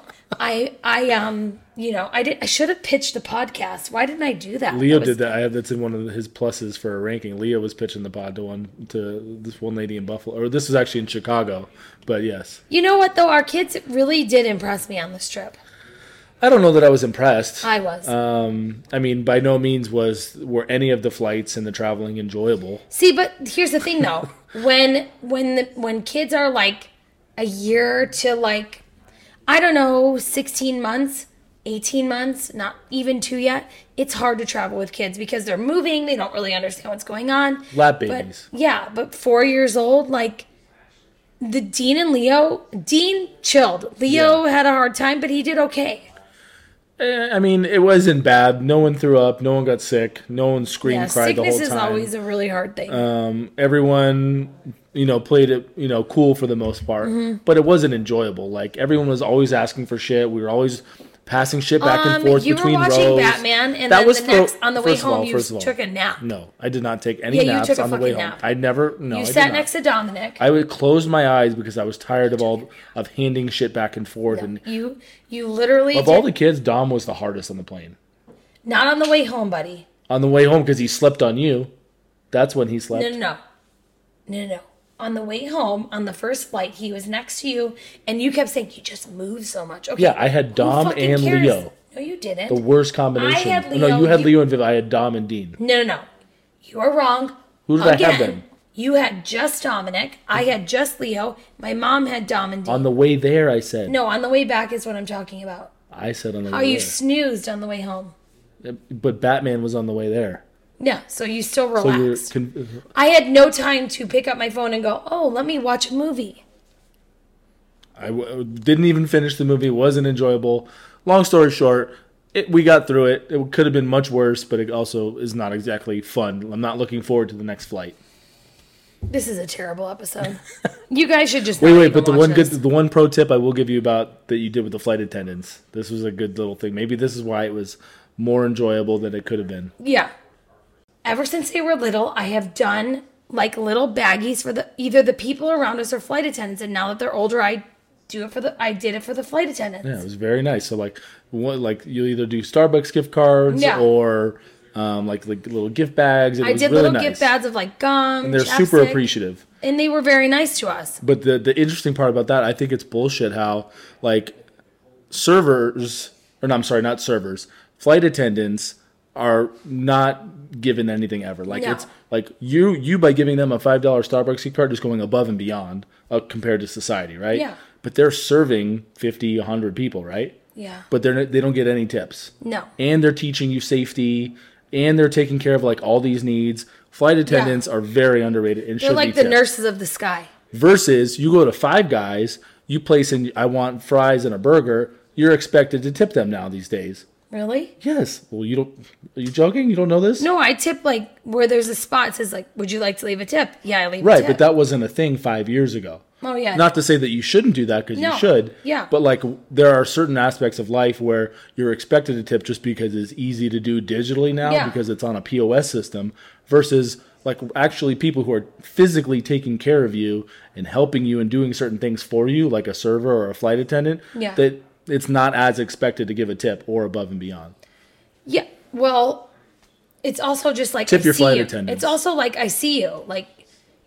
Speaker 2: I I um you know I did I should have pitched the podcast. Why didn't I do that?
Speaker 1: Leo
Speaker 2: was-
Speaker 1: did that. I have that's in one of his pluses for a ranking. Leo was pitching the pod to one to this one lady in Buffalo, or this was actually in Chicago. But yes,
Speaker 2: You know what though? Our kids really did impress me on this trip.
Speaker 1: I don't know that I was impressed.
Speaker 2: I was.
Speaker 1: I mean, by no means was were any of the flights and the traveling enjoyable.
Speaker 2: See, but here's the thing though. when when the, when kids are like a year to like I don't know, 16 months, 18 months, not even 2 yet, it's hard to travel with kids because they're moving, they don't really understand what's going on.
Speaker 1: Lap
Speaker 2: But
Speaker 1: babies.
Speaker 2: yeah, but 4 years old like the Dean and Leo, Dean chilled. Leo had a hard time, but he did okay.
Speaker 1: Eh, I mean, it wasn't bad. No one threw up. No one got sick. No one screamed,
Speaker 2: Yeah,
Speaker 1: cried the whole
Speaker 2: sickness
Speaker 1: time. Uh,
Speaker 2: is always a really hard thing.
Speaker 1: everyone you know played it you know cool for the most part
Speaker 2: Mm-hmm.
Speaker 1: but it wasn't enjoyable like everyone was always asking for shit we were always passing shit back and
Speaker 2: Um,
Speaker 1: forth
Speaker 2: you
Speaker 1: between
Speaker 2: were watching
Speaker 1: rows
Speaker 2: Batman, and
Speaker 1: That
Speaker 2: then
Speaker 1: was
Speaker 2: the
Speaker 1: thro-
Speaker 2: next on the way
Speaker 1: first of
Speaker 2: home,
Speaker 1: all-
Speaker 2: you
Speaker 1: first of all,
Speaker 2: took a nap.
Speaker 1: no i did not take any
Speaker 2: Yeah, you
Speaker 1: naps
Speaker 2: took a
Speaker 1: on the way
Speaker 2: fucking
Speaker 1: home
Speaker 2: nap.
Speaker 1: i never no
Speaker 2: you
Speaker 1: I did
Speaker 2: sat
Speaker 1: not.
Speaker 2: next to Dominic.
Speaker 1: i would close my eyes because i was tired of all of handing shit back and forth and
Speaker 2: you you literally
Speaker 1: of
Speaker 2: did-
Speaker 1: all the kids dom was the hardest on the plane
Speaker 2: not on the way home, buddy.
Speaker 1: on the way home because he slept on you that's when he slept
Speaker 2: No, no, no, no, no. no. On the way home, on the first flight, he was next to you, and you kept saying, "You just move so much." Okay.
Speaker 1: Yeah, I had
Speaker 2: who
Speaker 1: Dom
Speaker 2: fucking
Speaker 1: and
Speaker 2: cares?
Speaker 1: Leo.
Speaker 2: No, you didn't.
Speaker 1: the worst combination
Speaker 2: I had Leo,
Speaker 1: no you had
Speaker 2: you-
Speaker 1: leo and viv i had dom and dean
Speaker 2: No, no, no. You are wrong.
Speaker 1: Who did I have then?
Speaker 2: You had just Dominic. I had just Leo. My mom had Dom and Dean.
Speaker 1: on the way there i said
Speaker 2: no, on the way back is what I'm talking about.
Speaker 1: I said on the
Speaker 2: How
Speaker 1: way
Speaker 2: you
Speaker 1: there.
Speaker 2: snoozed on the way home.
Speaker 1: but Batman was on the way there.
Speaker 2: Yeah, so you still
Speaker 1: So you're
Speaker 2: relaxed.
Speaker 1: con-
Speaker 2: I had no time to pick up my phone and go, oh, let me watch a movie.
Speaker 1: I w- didn't even finish the movie. wasn't enjoyable. Long story short, it, we got through it. It could have been much worse, but it also is not exactly fun. I'm not looking forward to the next flight.
Speaker 2: This is a terrible episode. you guys should just
Speaker 1: Wait,
Speaker 2: not
Speaker 1: wait,
Speaker 2: even
Speaker 1: but the
Speaker 2: watch
Speaker 1: one good,
Speaker 2: this.
Speaker 1: the one pro tip I will give you about that you did with the flight attendants. This was a good little thing. Maybe this is why it was more enjoyable than it could have been.
Speaker 2: Yeah. Ever since they were little, I have done like little baggies for the either the people around us or flight attendants. And now that they're older, I do it for the I did it for the flight attendants.
Speaker 1: Yeah, it was very nice. So like, what like you either do Starbucks gift cards
Speaker 2: Yeah.
Speaker 1: or um, like like little gift bags. It
Speaker 2: I
Speaker 1: was
Speaker 2: did
Speaker 1: really
Speaker 2: little
Speaker 1: nice.
Speaker 2: gift bags of like gum.
Speaker 1: They're super
Speaker 2: chapstick,
Speaker 1: appreciative.
Speaker 2: And they were very nice to us.
Speaker 1: But the the interesting part about that, I think it's bullshit how like servers or no, I'm sorry, not servers, flight attendants are not given anything ever. Like
Speaker 2: No.
Speaker 1: it's like you you by giving them a five dollar Starbucks gift card is going above and beyond uh, compared to society, right?
Speaker 2: Yeah.
Speaker 1: But they're serving 50, 100 people, right?
Speaker 2: Yeah.
Speaker 1: But they're they don't get any tips
Speaker 2: No.
Speaker 1: and they're teaching you safety and they're taking care of like all these needs flight attendants are very underrated and
Speaker 2: They're
Speaker 1: should
Speaker 2: like
Speaker 1: be
Speaker 2: the
Speaker 1: tipped.
Speaker 2: nurses of the sky.
Speaker 1: versus you go to five guys you place in i want fries and a burger you're expected to tip them now these days
Speaker 2: Really?
Speaker 1: yes well you don't are you joking you don't know this
Speaker 2: No, I tip like where there's a spot that says like, would you like to leave a tip? Yeah, I leave a
Speaker 1: right
Speaker 2: tip.
Speaker 1: but that wasn't a thing five years ago
Speaker 2: Oh yeah.
Speaker 1: not to say that you shouldn't do that because
Speaker 2: No,
Speaker 1: you should
Speaker 2: yeah.
Speaker 1: but like there are certain aspects of life where you're expected to tip just because it's easy to do digitally now
Speaker 2: Yeah.
Speaker 1: because it's on a pos system versus like actually people who are physically taking care of you and helping you and doing certain things for you like a server or a flight attendant
Speaker 2: Yeah.
Speaker 1: that it's not as expected to give a tip or above and beyond
Speaker 2: Yeah. Well, it's also just like
Speaker 1: Tip
Speaker 2: I
Speaker 1: your
Speaker 2: see
Speaker 1: flight
Speaker 2: you.
Speaker 1: attendants.
Speaker 2: It's also like I see you. Like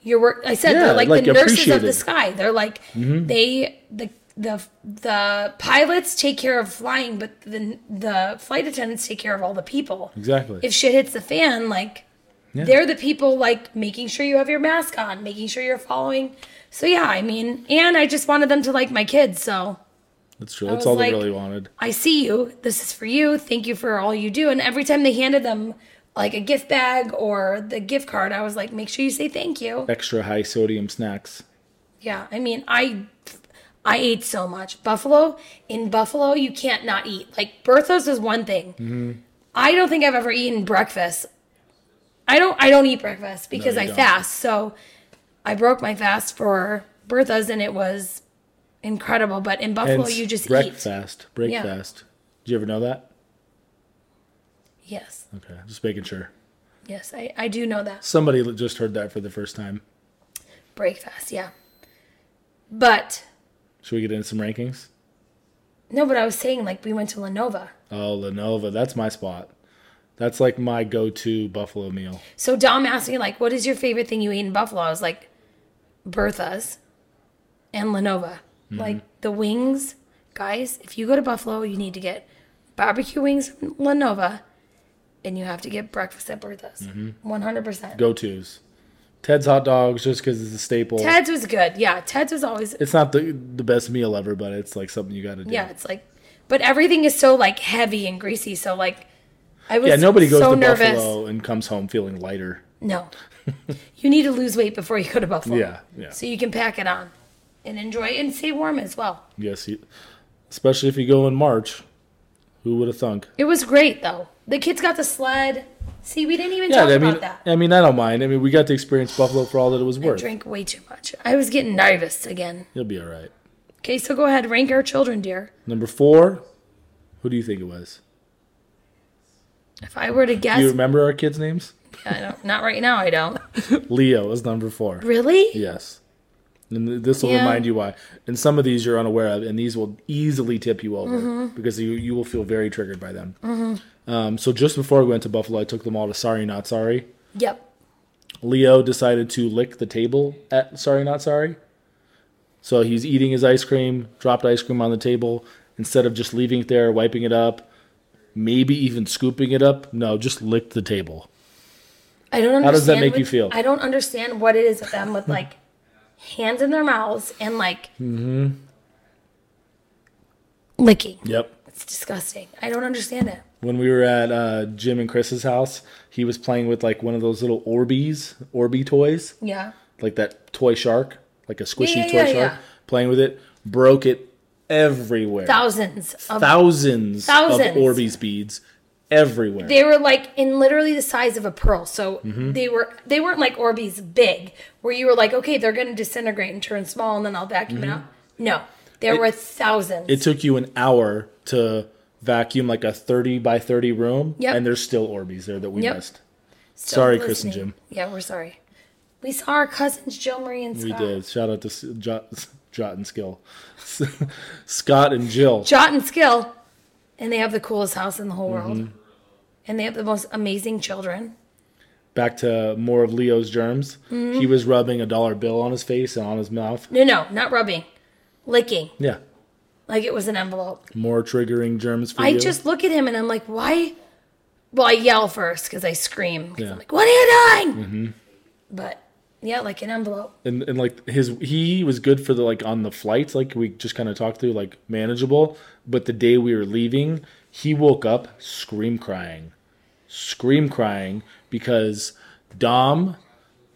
Speaker 2: your work. I said
Speaker 1: Yeah,
Speaker 2: they're like,
Speaker 1: like,
Speaker 2: the nurses
Speaker 1: appreciate
Speaker 2: of the
Speaker 1: it. Mm-hmm.
Speaker 2: sky. They're like they the the the pilots take care of flying, but the the flight attendants take care of all the people.
Speaker 1: Exactly.
Speaker 2: If shit hits the fan, like they're the people like making sure you have your mask on, making sure you're following. So yeah, I mean, and I just wanted them to like my kids, so.
Speaker 1: that's true that's
Speaker 2: was
Speaker 1: all
Speaker 2: like-
Speaker 1: they really wanted
Speaker 2: I see you. This is for you. Thank you for all you do. And every time they handed them like a gift bag or the gift card, I was like, make sure you say thank you.
Speaker 1: extra high sodium snacks
Speaker 2: Yeah. I mean, I I ate so much. Buffalo, in Buffalo, you can't not eat. Like Bertha's is one thing.
Speaker 1: Mm-hmm.
Speaker 2: I don't think I've ever eaten breakfast. I don't I don't eat breakfast because
Speaker 1: you
Speaker 2: I
Speaker 1: don't.
Speaker 2: fast. So I broke my fast for Bertha's and it was incredible. But in Buffalo
Speaker 1: Hence,
Speaker 2: you just eat.
Speaker 1: breakfast breakfast
Speaker 2: Yeah.
Speaker 1: did you ever know that
Speaker 2: Yes.
Speaker 1: okay just making sure
Speaker 2: Yes, I, I do know that.
Speaker 1: Somebody l- just heard that for the first time.
Speaker 2: break fast, yeah. But
Speaker 1: Should we get into some rankings?
Speaker 2: no, but I was saying like we went to Lenova.
Speaker 1: Oh, Lenova, that's my spot. That's like my go-to buffalo meal.
Speaker 2: So Dom asked me like, "What is your favorite thing you eat in Buffalo?" I was like, "Bertha's and Lenova."
Speaker 1: Mm-hmm.
Speaker 2: Like the wings, guys. If you go to Buffalo, you need to get barbecue wings from Lenova, and you have to get breakfast at Bertha's.
Speaker 1: Mm-hmm.
Speaker 2: One hundred percent.
Speaker 1: Go-tos. Ted's hot dogs, just because it's a staple.
Speaker 2: Ted's was good. Yeah, Ted's was always.
Speaker 1: It's not the the best meal ever, but it's like something you got to do.
Speaker 2: Yeah, it's like, but everything is so like heavy and greasy. So like, I was
Speaker 1: Yeah, nobody goes
Speaker 2: so
Speaker 1: to
Speaker 2: nervous.
Speaker 1: Buffalo and comes home feeling lighter.
Speaker 2: No, you need to lose weight before you go to Buffalo.
Speaker 1: Yeah, yeah.
Speaker 2: So you can pack it on, and enjoy it and stay warm as well.
Speaker 1: Yes, you, especially if you go in March. Who would have thunk?
Speaker 2: It was great though. The kids got the sled. See, we didn't even
Speaker 1: Yeah,
Speaker 2: talk
Speaker 1: I mean,
Speaker 2: about that.
Speaker 1: I mean, I don't mind. I mean, we got to experience Buffalo for all that it was
Speaker 2: I
Speaker 1: worth.
Speaker 2: drank way too much. I was getting nervous again.
Speaker 1: You'll be all right.
Speaker 2: Okay, so go ahead, rank our children, dear.
Speaker 1: Number four, who do you think it was?
Speaker 2: If I were to guess,
Speaker 1: Do you remember our kids' names?
Speaker 2: I don't. Not right now. I don't.
Speaker 1: Leo is number four.
Speaker 2: Really?
Speaker 1: Yes. And th- this will
Speaker 2: Yeah.
Speaker 1: remind you why. And some of these you're unaware of, and these will easily tip you over because you, you will feel very triggered by them. Um, so just before we went to Buffalo, I took them all to Sorry Not Sorry.
Speaker 2: Yep.
Speaker 1: Leo decided to lick the table at Sorry Not Sorry. So he's eating his ice cream, dropped ice cream on the table. Instead of just leaving it there, wiping it up, maybe even scooping it up, no, just licked the table.
Speaker 2: I don't understand.
Speaker 1: How does that make
Speaker 2: what-
Speaker 1: you feel?
Speaker 2: I don't understand what it is with them with like hands in their mouths and like
Speaker 1: Mm-hmm.
Speaker 2: licking.
Speaker 1: Yep.
Speaker 2: It's disgusting. I don't understand it.
Speaker 1: When we were at uh, Jim and Chris's house, he was playing with like one of those little Orbeez, Orby toys.
Speaker 2: Yeah.
Speaker 1: like that toy shark, like a squishy
Speaker 2: Yeah, yeah,
Speaker 1: toy
Speaker 2: yeah,
Speaker 1: shark,
Speaker 2: yeah.
Speaker 1: playing with it, broke it everywhere.
Speaker 2: Thousands of
Speaker 1: Thousands, of
Speaker 2: Thousands.
Speaker 1: Orbeez beads everywhere.
Speaker 2: they were like in literally the size of a pearl. So
Speaker 1: Mm-hmm.
Speaker 2: they were they weren't like Orbeez big, where you were like, okay, they're gonna disintegrate and turn small, and then I'll vacuum
Speaker 1: Mm-hmm.
Speaker 2: it out. No, there were thousands.
Speaker 1: it took you an hour to vacuum like a 30 by 30 room,
Speaker 2: Yep.
Speaker 1: and there's still Orbeez there that we
Speaker 2: Yep.
Speaker 1: missed.
Speaker 2: Still
Speaker 1: sorry, Chris and Jim.
Speaker 2: listening. Yeah, we're sorry. We saw our cousins Jill Marie and
Speaker 1: We
Speaker 2: Scott.
Speaker 1: did. Shout out to S- Jot, Jot and Skill. Scott and Jill.
Speaker 2: Jot and Skill, and they have the coolest house in the whole world,
Speaker 1: Mm-hmm.
Speaker 2: and they have the most amazing children.
Speaker 1: Back to more of Leo's germs.
Speaker 2: Mm-hmm.
Speaker 1: He was rubbing a dollar bill on his face and on his mouth.
Speaker 2: No, no, not rubbing, licking
Speaker 1: Yeah.
Speaker 2: like it was an envelope.
Speaker 1: More triggering germs for
Speaker 2: I
Speaker 1: you.
Speaker 2: just look at him and I'm like, why? Well, I yell first because I scream. 'cause
Speaker 1: Yeah. Mm-hmm.
Speaker 2: I'm like, what are you doing? But yeah, like an envelope.
Speaker 1: and and like his he was good for the like on the flights like we just kind of talked through like manageable but the day we were leaving he woke up scream crying scream crying because dom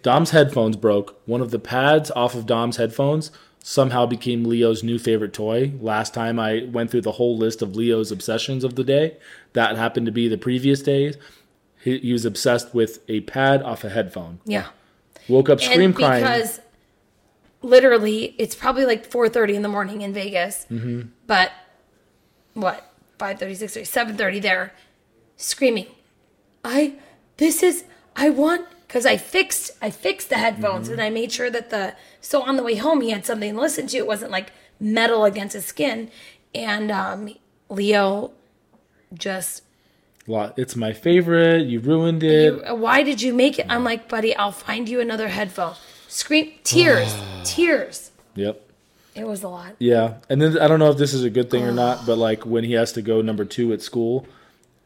Speaker 1: dom's headphones broke one of the pads off of dom's headphones somehow became leo's new favorite toy last time i went through the whole list of leo's obsessions of the day that happened to be the previous days he, he was obsessed with a pad off a headphone
Speaker 2: Yeah.
Speaker 1: woke up scream
Speaker 2: and
Speaker 1: crying
Speaker 2: because literally it's probably like 4.30 in the morning in Vegas. But what? 5.30, 6.30, 7.30 there screaming. I, this is, I want, because I fixed, I fixed the headphones and I made sure that the, so on the way home he had something to listen to. It wasn't like metal against his skin. And um, Leo just
Speaker 1: lot. It's my favorite. You ruined it.
Speaker 2: you- why did you make it? I'm like, buddy, I'll find you another headphone. Scream, tears, tears.
Speaker 1: yep.
Speaker 2: It was a lot.
Speaker 1: Yeah. And then I don't know if this is a good thing or not, but like when he has to go number two at school,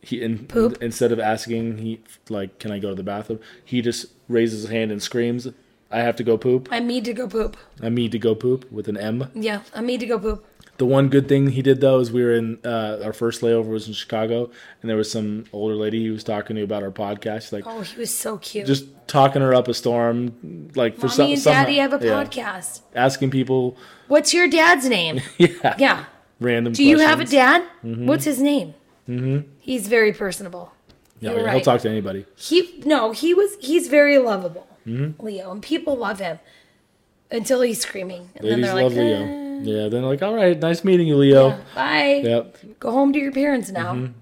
Speaker 1: he in,
Speaker 2: Poop.
Speaker 1: instead of asking he like, can I go to the bathroom? He just raises his hand and screams, "I have to go poop.
Speaker 2: I need to go poop.
Speaker 1: I need to go poop." With an M.
Speaker 2: Yeah, I need to go poop.
Speaker 1: The one good thing he did though is we were in uh, our first layover was in Chicago, and there was some older lady he was talking to about our podcast, She's like
Speaker 2: Oh, he was so cute.
Speaker 1: just talking her up a storm, like for
Speaker 2: Mommy
Speaker 1: some.
Speaker 2: and
Speaker 1: somehow-
Speaker 2: Daddy have a
Speaker 1: yeah.
Speaker 2: podcast.
Speaker 1: asking people.
Speaker 2: What's your dad's name?
Speaker 1: Yeah.
Speaker 2: yeah.
Speaker 1: Random.
Speaker 2: Do you have a
Speaker 1: questions.
Speaker 2: dad? What's his name? Mm-hmm. He's very personable.
Speaker 1: Yeah,
Speaker 2: You're
Speaker 1: yeah,
Speaker 2: right.
Speaker 1: he'll talk to anybody.
Speaker 2: He no, he was he's very lovable,
Speaker 1: Mm-hmm.
Speaker 2: Leo, and people love him until he's screaming, and
Speaker 1: Ladies
Speaker 2: then they're
Speaker 1: love
Speaker 2: like,
Speaker 1: Leo. Oh.
Speaker 2: "Eh,
Speaker 1: Yeah, then like, all right, nice meeting you, Leo.
Speaker 2: yeah, bye,
Speaker 1: Yep.
Speaker 2: go home to your parents now.
Speaker 1: Mm-hmm.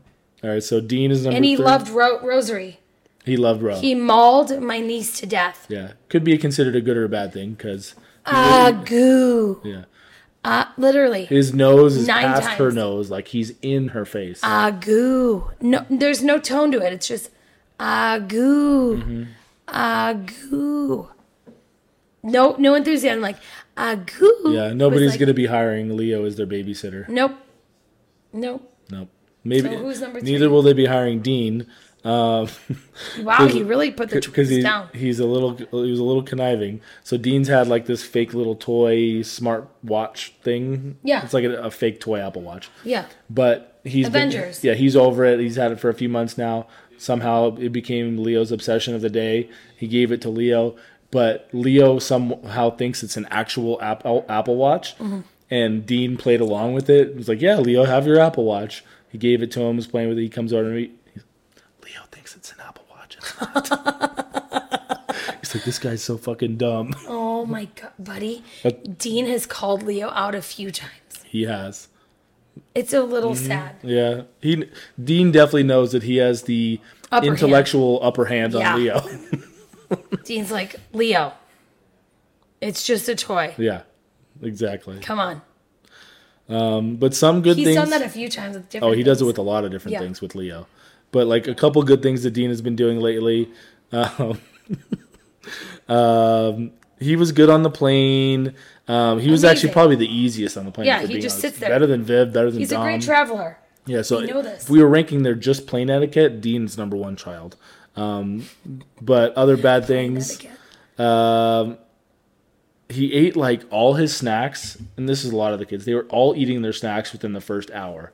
Speaker 1: All right, so Dean is number.
Speaker 2: And he
Speaker 1: thir-
Speaker 2: loved Ro- Rosary.
Speaker 1: He loved Roe.
Speaker 2: He mauled my niece to death.
Speaker 1: yeah, could be considered a good or a bad thing because
Speaker 2: Ah, goo.
Speaker 1: yeah,
Speaker 2: Uh, literally.
Speaker 1: his nose is
Speaker 2: Nine
Speaker 1: past her
Speaker 2: times.
Speaker 1: nose, like he's in her face.
Speaker 2: Ah, goo. No, there's no tone to it. It's just ah, goo. Ah, goo. No, no enthusiasm. Like ah, goo. It
Speaker 1: yeah,
Speaker 2: was
Speaker 1: nobody's
Speaker 2: like,
Speaker 1: gonna be hiring Leo as their babysitter.
Speaker 2: Nope. Nope.
Speaker 1: Nope. Maybe
Speaker 2: So who's number
Speaker 1: neither
Speaker 2: three?
Speaker 1: will they be hiring Dean. Um,
Speaker 2: Wow, he really put the
Speaker 1: because
Speaker 2: tweets
Speaker 1: he,
Speaker 2: down.
Speaker 1: he's a little he was a little conniving. So Dean's had like this fake little toy smart watch thing.
Speaker 2: Yeah.
Speaker 1: it's like a, a fake toy Apple Watch.
Speaker 2: Yeah.
Speaker 1: But he's been-
Speaker 2: Avengers.
Speaker 1: yeah, he's over it. He's had it for a few months now. Somehow it became Leo's obsession of the day. He gave it to Leo, but Leo somehow thinks it's an actual Apple Apple Watch.
Speaker 2: Mm-hmm.
Speaker 1: And Dean played along with it. He was like, "Yeah, Leo, have your Apple Watch." He gave it to him. Was playing with it. He comes over to me. He's, Leo thinks it's an Apple Watch. It's not. he's like, "This guy's so fucking dumb."
Speaker 2: Oh my god, buddy.
Speaker 1: That-
Speaker 2: Dean has called Leo out a few times.
Speaker 1: He has.
Speaker 2: It's a little
Speaker 1: Mm-hmm.
Speaker 2: sad.
Speaker 1: Yeah, he Dean definitely knows that he has the
Speaker 2: Upper hand.
Speaker 1: intellectual upper hand on
Speaker 2: Yeah.
Speaker 1: Leo.
Speaker 2: Dean's like, Leo, it's just a toy.
Speaker 1: yeah, exactly.
Speaker 2: Come on.
Speaker 1: But some good
Speaker 2: He's
Speaker 1: things.
Speaker 2: done that a few times with different
Speaker 1: oh, he does it
Speaker 2: things.
Speaker 1: with a lot of different
Speaker 2: Yeah.
Speaker 1: things with Leo. But like a couple good things that Dean has been doing lately. Um, um, he was good on the plane. Um, he was actually
Speaker 2: Amazing.
Speaker 1: probably the easiest on the plane.
Speaker 2: Yeah,
Speaker 1: if we're
Speaker 2: he
Speaker 1: being
Speaker 2: just
Speaker 1: honest.
Speaker 2: sits there.
Speaker 1: Better than Viv. Better than
Speaker 2: He's
Speaker 1: Dom.
Speaker 2: a great traveler.
Speaker 1: Yeah, so
Speaker 2: We know
Speaker 1: if
Speaker 2: this.
Speaker 1: we were ranking their just plain etiquette, Dean's number one child. Um, but other bad things,
Speaker 2: etiquette.
Speaker 1: um, he ate like all his snacks, and this is a lot of the kids. They were all eating their snacks within the first hour: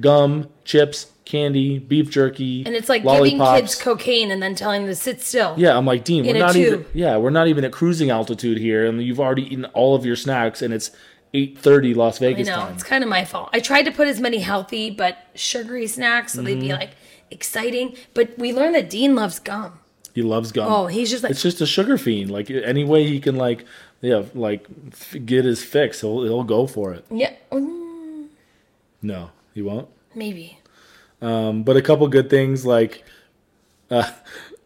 Speaker 1: gum, chips, candy, beef jerky,
Speaker 2: And it's like giving kids cocaine and then telling them to sit still.
Speaker 1: yeah, I'm like Dean, we're
Speaker 2: a
Speaker 1: not even.
Speaker 2: tube.
Speaker 1: Yeah, we're not even at cruising altitude here, and you've already eaten all of your snacks, and it's 8:30 Las
Speaker 2: I
Speaker 1: Vegas
Speaker 2: know,
Speaker 1: time.
Speaker 2: it's kind of my fault. I tried to put as many healthy but sugary snacks so they'd be
Speaker 1: Mm-hmm.
Speaker 2: like exciting. But we learned that Dean loves gum.
Speaker 1: He loves gum.
Speaker 2: Oh, he's just like,
Speaker 1: it's just a sugar fiend. Like any way he can, like yeah, like f- get his fix, he'll he'll go for it.
Speaker 2: yeah, mm,
Speaker 1: No, he won't.
Speaker 2: maybe.
Speaker 1: Um, but a couple good things like uh,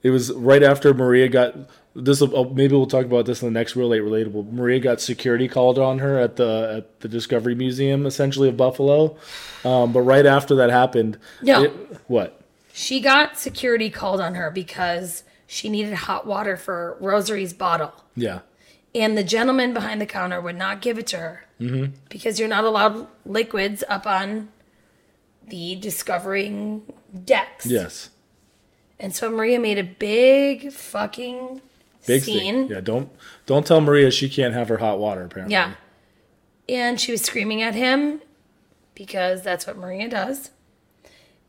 Speaker 1: it was right after Maria got this. will- Oh, maybe we'll talk about this in the next real late relatable. Maria got security called on her at the at the Discovery Museum, essentially of Buffalo. Um, but right after that happened,
Speaker 2: No.
Speaker 1: what?
Speaker 2: She got security called on her because she needed hot water for Rosary's bottle.
Speaker 1: Yeah,
Speaker 2: And the gentleman behind the counter would not give it to her
Speaker 1: Mm-hmm.
Speaker 2: because you're not allowed liquids up on the discovering decks.
Speaker 1: yes,
Speaker 2: And so Maria made a big fucking
Speaker 1: big
Speaker 2: scene.
Speaker 1: thing. Yeah, don't don't tell Maria she can't have her hot water. Apparently,
Speaker 2: Yeah. And she was screaming at him because that's what Maria does.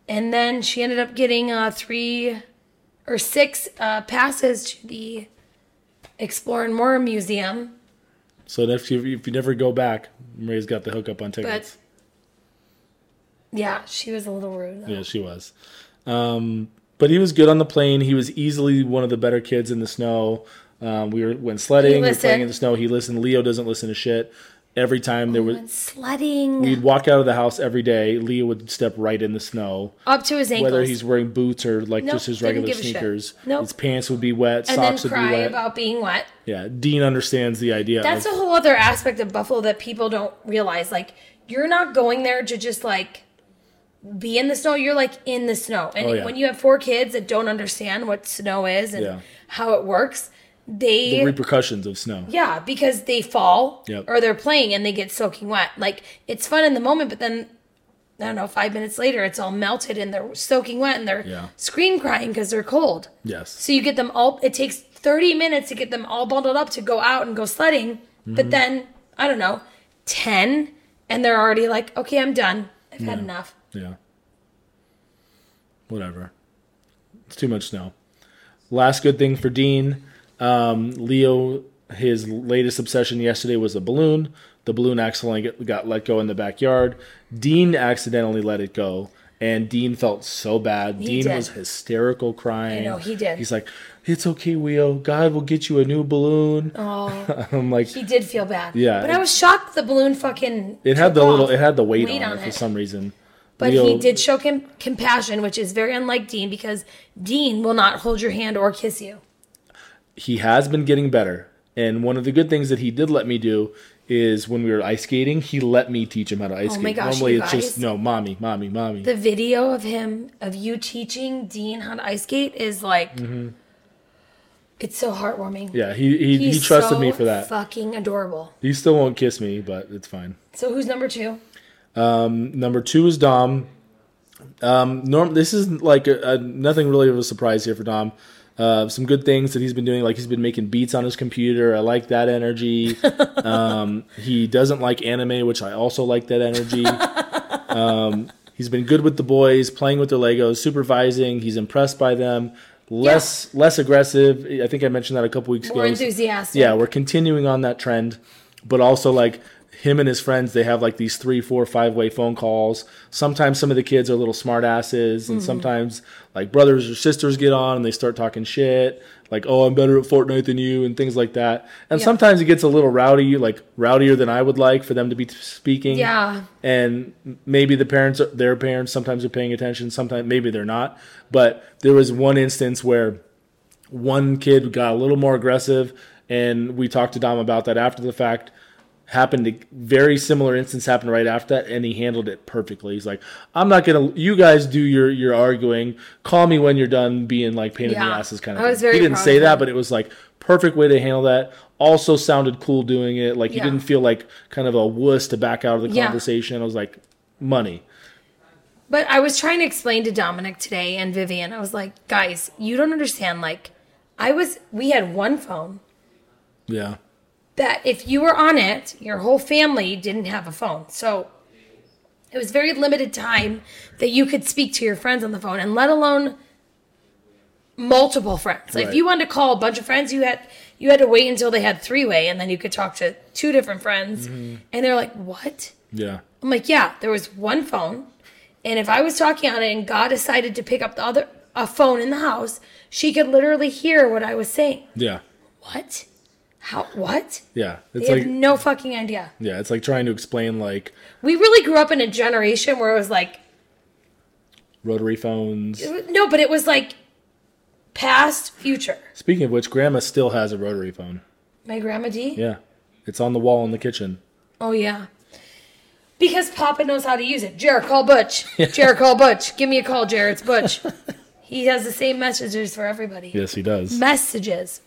Speaker 2: And then she ended up getting uh, three or six uh, passes to the Explore and More Museum.
Speaker 1: So that if you if you never go back, Maria's got the hookup on tickets.
Speaker 2: But yeah, she was a little rude. though.
Speaker 1: yeah, she was. Um, but he was good on the plane. He was easily one of the better kids in the snow. Um, we were went sledding. We were playing
Speaker 2: listened.
Speaker 1: in the snow. He listened. Leo doesn't listen to shit. Every time there was,
Speaker 2: Went sledding
Speaker 1: we'd walk out of the house every day. Leo would step right in the snow,
Speaker 2: up to his ankles.
Speaker 1: whether he's wearing boots or like
Speaker 2: Nope,
Speaker 1: just his
Speaker 2: didn't
Speaker 1: regular
Speaker 2: give a shit.
Speaker 1: sneakers.
Speaker 2: Nope.
Speaker 1: His pants would be wet.
Speaker 2: and then
Speaker 1: socks would be
Speaker 2: cry
Speaker 1: wet.
Speaker 2: about being wet.
Speaker 1: yeah, Dean understands the idea.
Speaker 2: That's
Speaker 1: of,
Speaker 2: a whole other aspect of Buffalo that people don't realize. Like, you're not going there to just like be in the snow. You're like in the snow. And
Speaker 1: Oh, yeah.
Speaker 2: when you have four kids that don't understand what snow is and
Speaker 1: Yeah.
Speaker 2: how it works, they
Speaker 1: the repercussions of snow.
Speaker 2: yeah, because they fall
Speaker 1: Yep.
Speaker 2: or they're playing and they get soaking wet. Like it's fun in the moment, but then I don't know, five minutes later, it's all melted and they're soaking wet and they're
Speaker 1: Yeah.
Speaker 2: scream crying because they're cold.
Speaker 1: Yes.
Speaker 2: So you get them all. It takes thirty minutes to get them all bundled up to go out and go sledding.
Speaker 1: Mm-hmm.
Speaker 2: But then I don't know, ten, and they're already like, okay, I'm done. I've had enough.
Speaker 1: Yeah. Whatever. It's too much snow. Last good thing for Dean, um, Leo. His latest obsession yesterday was a balloon. The balloon accidentally get- got let go in the backyard. Dean accidentally let it go, and Dean felt so bad. Dean
Speaker 2: did.
Speaker 1: was hysterical, crying.
Speaker 2: I know, he did.
Speaker 1: He's like, "It's okay, Leo. God will get you a new balloon."
Speaker 2: Oh,
Speaker 1: I'm like,
Speaker 2: he did feel bad.
Speaker 1: Yeah,
Speaker 2: but
Speaker 1: it-
Speaker 2: I was shocked the balloon fucking.
Speaker 1: it had
Speaker 2: took
Speaker 1: the little,
Speaker 2: off.
Speaker 1: it had the weight,
Speaker 2: Weight
Speaker 1: on,
Speaker 2: on
Speaker 1: it for
Speaker 2: it.
Speaker 1: some reason.
Speaker 2: But
Speaker 1: Leo-
Speaker 2: he did show com- compassion, which is very unlike Dean because Dean will not hold your hand or kiss you.
Speaker 1: he has been getting better. And one of the good things that he did let me do is when we were ice skating, he let me teach him how to ice skate.
Speaker 2: Oh my gosh,
Speaker 1: Normally,
Speaker 2: you
Speaker 1: it's just
Speaker 2: guys.
Speaker 1: no, mommy, mommy, mommy.
Speaker 2: The video of him, of you teaching Dean how to ice skate is like, it's so heartwarming.
Speaker 1: Mm-hmm. yeah, he he, he
Speaker 2: He's
Speaker 1: trusted
Speaker 2: so
Speaker 1: me for that.
Speaker 2: Fucking adorable.
Speaker 1: he still won't kiss me, but it's fine.
Speaker 2: So who's number two?
Speaker 1: Number two is Dom. Um, norm, this is like a, a, nothing really of a surprise here for Dom. Uh, some good things that he's been doing, like he's been making beats on his computer. I like that energy. um, he doesn't like anime, which I also like that energy. um, he's been good with the boys, playing with their Legos, supervising. He's impressed by them. Less less aggressive. I think I mentioned that a couple weeks
Speaker 2: More
Speaker 1: ago.
Speaker 2: enthusiastic.
Speaker 1: Yeah, we're continuing on that trend, but also like him and his friends, they have like these three, four, five way phone calls. Sometimes some of the kids are little smart asses,
Speaker 2: Mm-hmm.
Speaker 1: and sometimes like brothers or sisters get on and they start talking shit, like, oh, I'm better at Fortnite than you, and things like that. And
Speaker 2: Yeah.
Speaker 1: sometimes it gets a little rowdy, like rowdier than I would like for them to be t- speaking
Speaker 2: Yeah.
Speaker 1: and maybe the parents their parents sometimes are paying attention sometimes maybe they're not but there was one instance where one kid got a little more aggressive and we talked to dom about that after the fact happened to very similar instance happened right after that and he handled it perfectly he's like i'm not gonna you guys do your your arguing call me when you're done being like pain in the
Speaker 2: Yeah.
Speaker 1: asses kind of
Speaker 2: I was
Speaker 1: thing."
Speaker 2: very
Speaker 1: he didn't
Speaker 2: proud
Speaker 1: say
Speaker 2: of
Speaker 1: that
Speaker 2: him.
Speaker 1: but it was like perfect way to handle that also sounded cool doing it like you
Speaker 2: Yeah.
Speaker 1: didn't feel like kind of a wuss to back out of the
Speaker 2: Yeah.
Speaker 1: conversation. I was like, money.
Speaker 2: But I was trying to explain to Dominic today and Vivian, I was like, guys, you don't understand. Like, I was, we had one phone
Speaker 1: Yeah.
Speaker 2: that if you were on it, your whole family didn't have a phone. So it was very limited time that you could speak to your friends on the phone, and let alone multiple friends. Like
Speaker 1: Right.
Speaker 2: if you wanted to call a bunch of friends, you had you had to wait until they had three way, and then you could talk to two different friends.
Speaker 1: Mm-hmm.
Speaker 2: And they're like, "What?"
Speaker 1: Yeah.
Speaker 2: I'm like, yeah, there was one phone, and if I was talking on it and God decided to pick up the other a phone in the house, she could literally hear what I was saying.
Speaker 1: Yeah.
Speaker 2: What? How? What?
Speaker 1: Yeah. It's
Speaker 2: They
Speaker 1: like
Speaker 2: have no fucking idea.
Speaker 1: yeah, it's like trying to explain like
Speaker 2: We really grew up in a generation where it was like
Speaker 1: rotary phones.
Speaker 2: no, but it was like past, future.
Speaker 1: Speaking of which, grandma still has a rotary phone.
Speaker 2: My grandma D.
Speaker 1: Yeah. It's on the wall in the kitchen.
Speaker 2: Oh yeah. Because Papa knows how to use it. Jared, call Butch. Jared, call Butch. Give me a call, Jared. It's Butch. he has the same messages for everybody.
Speaker 1: Yes, he does.
Speaker 2: messages.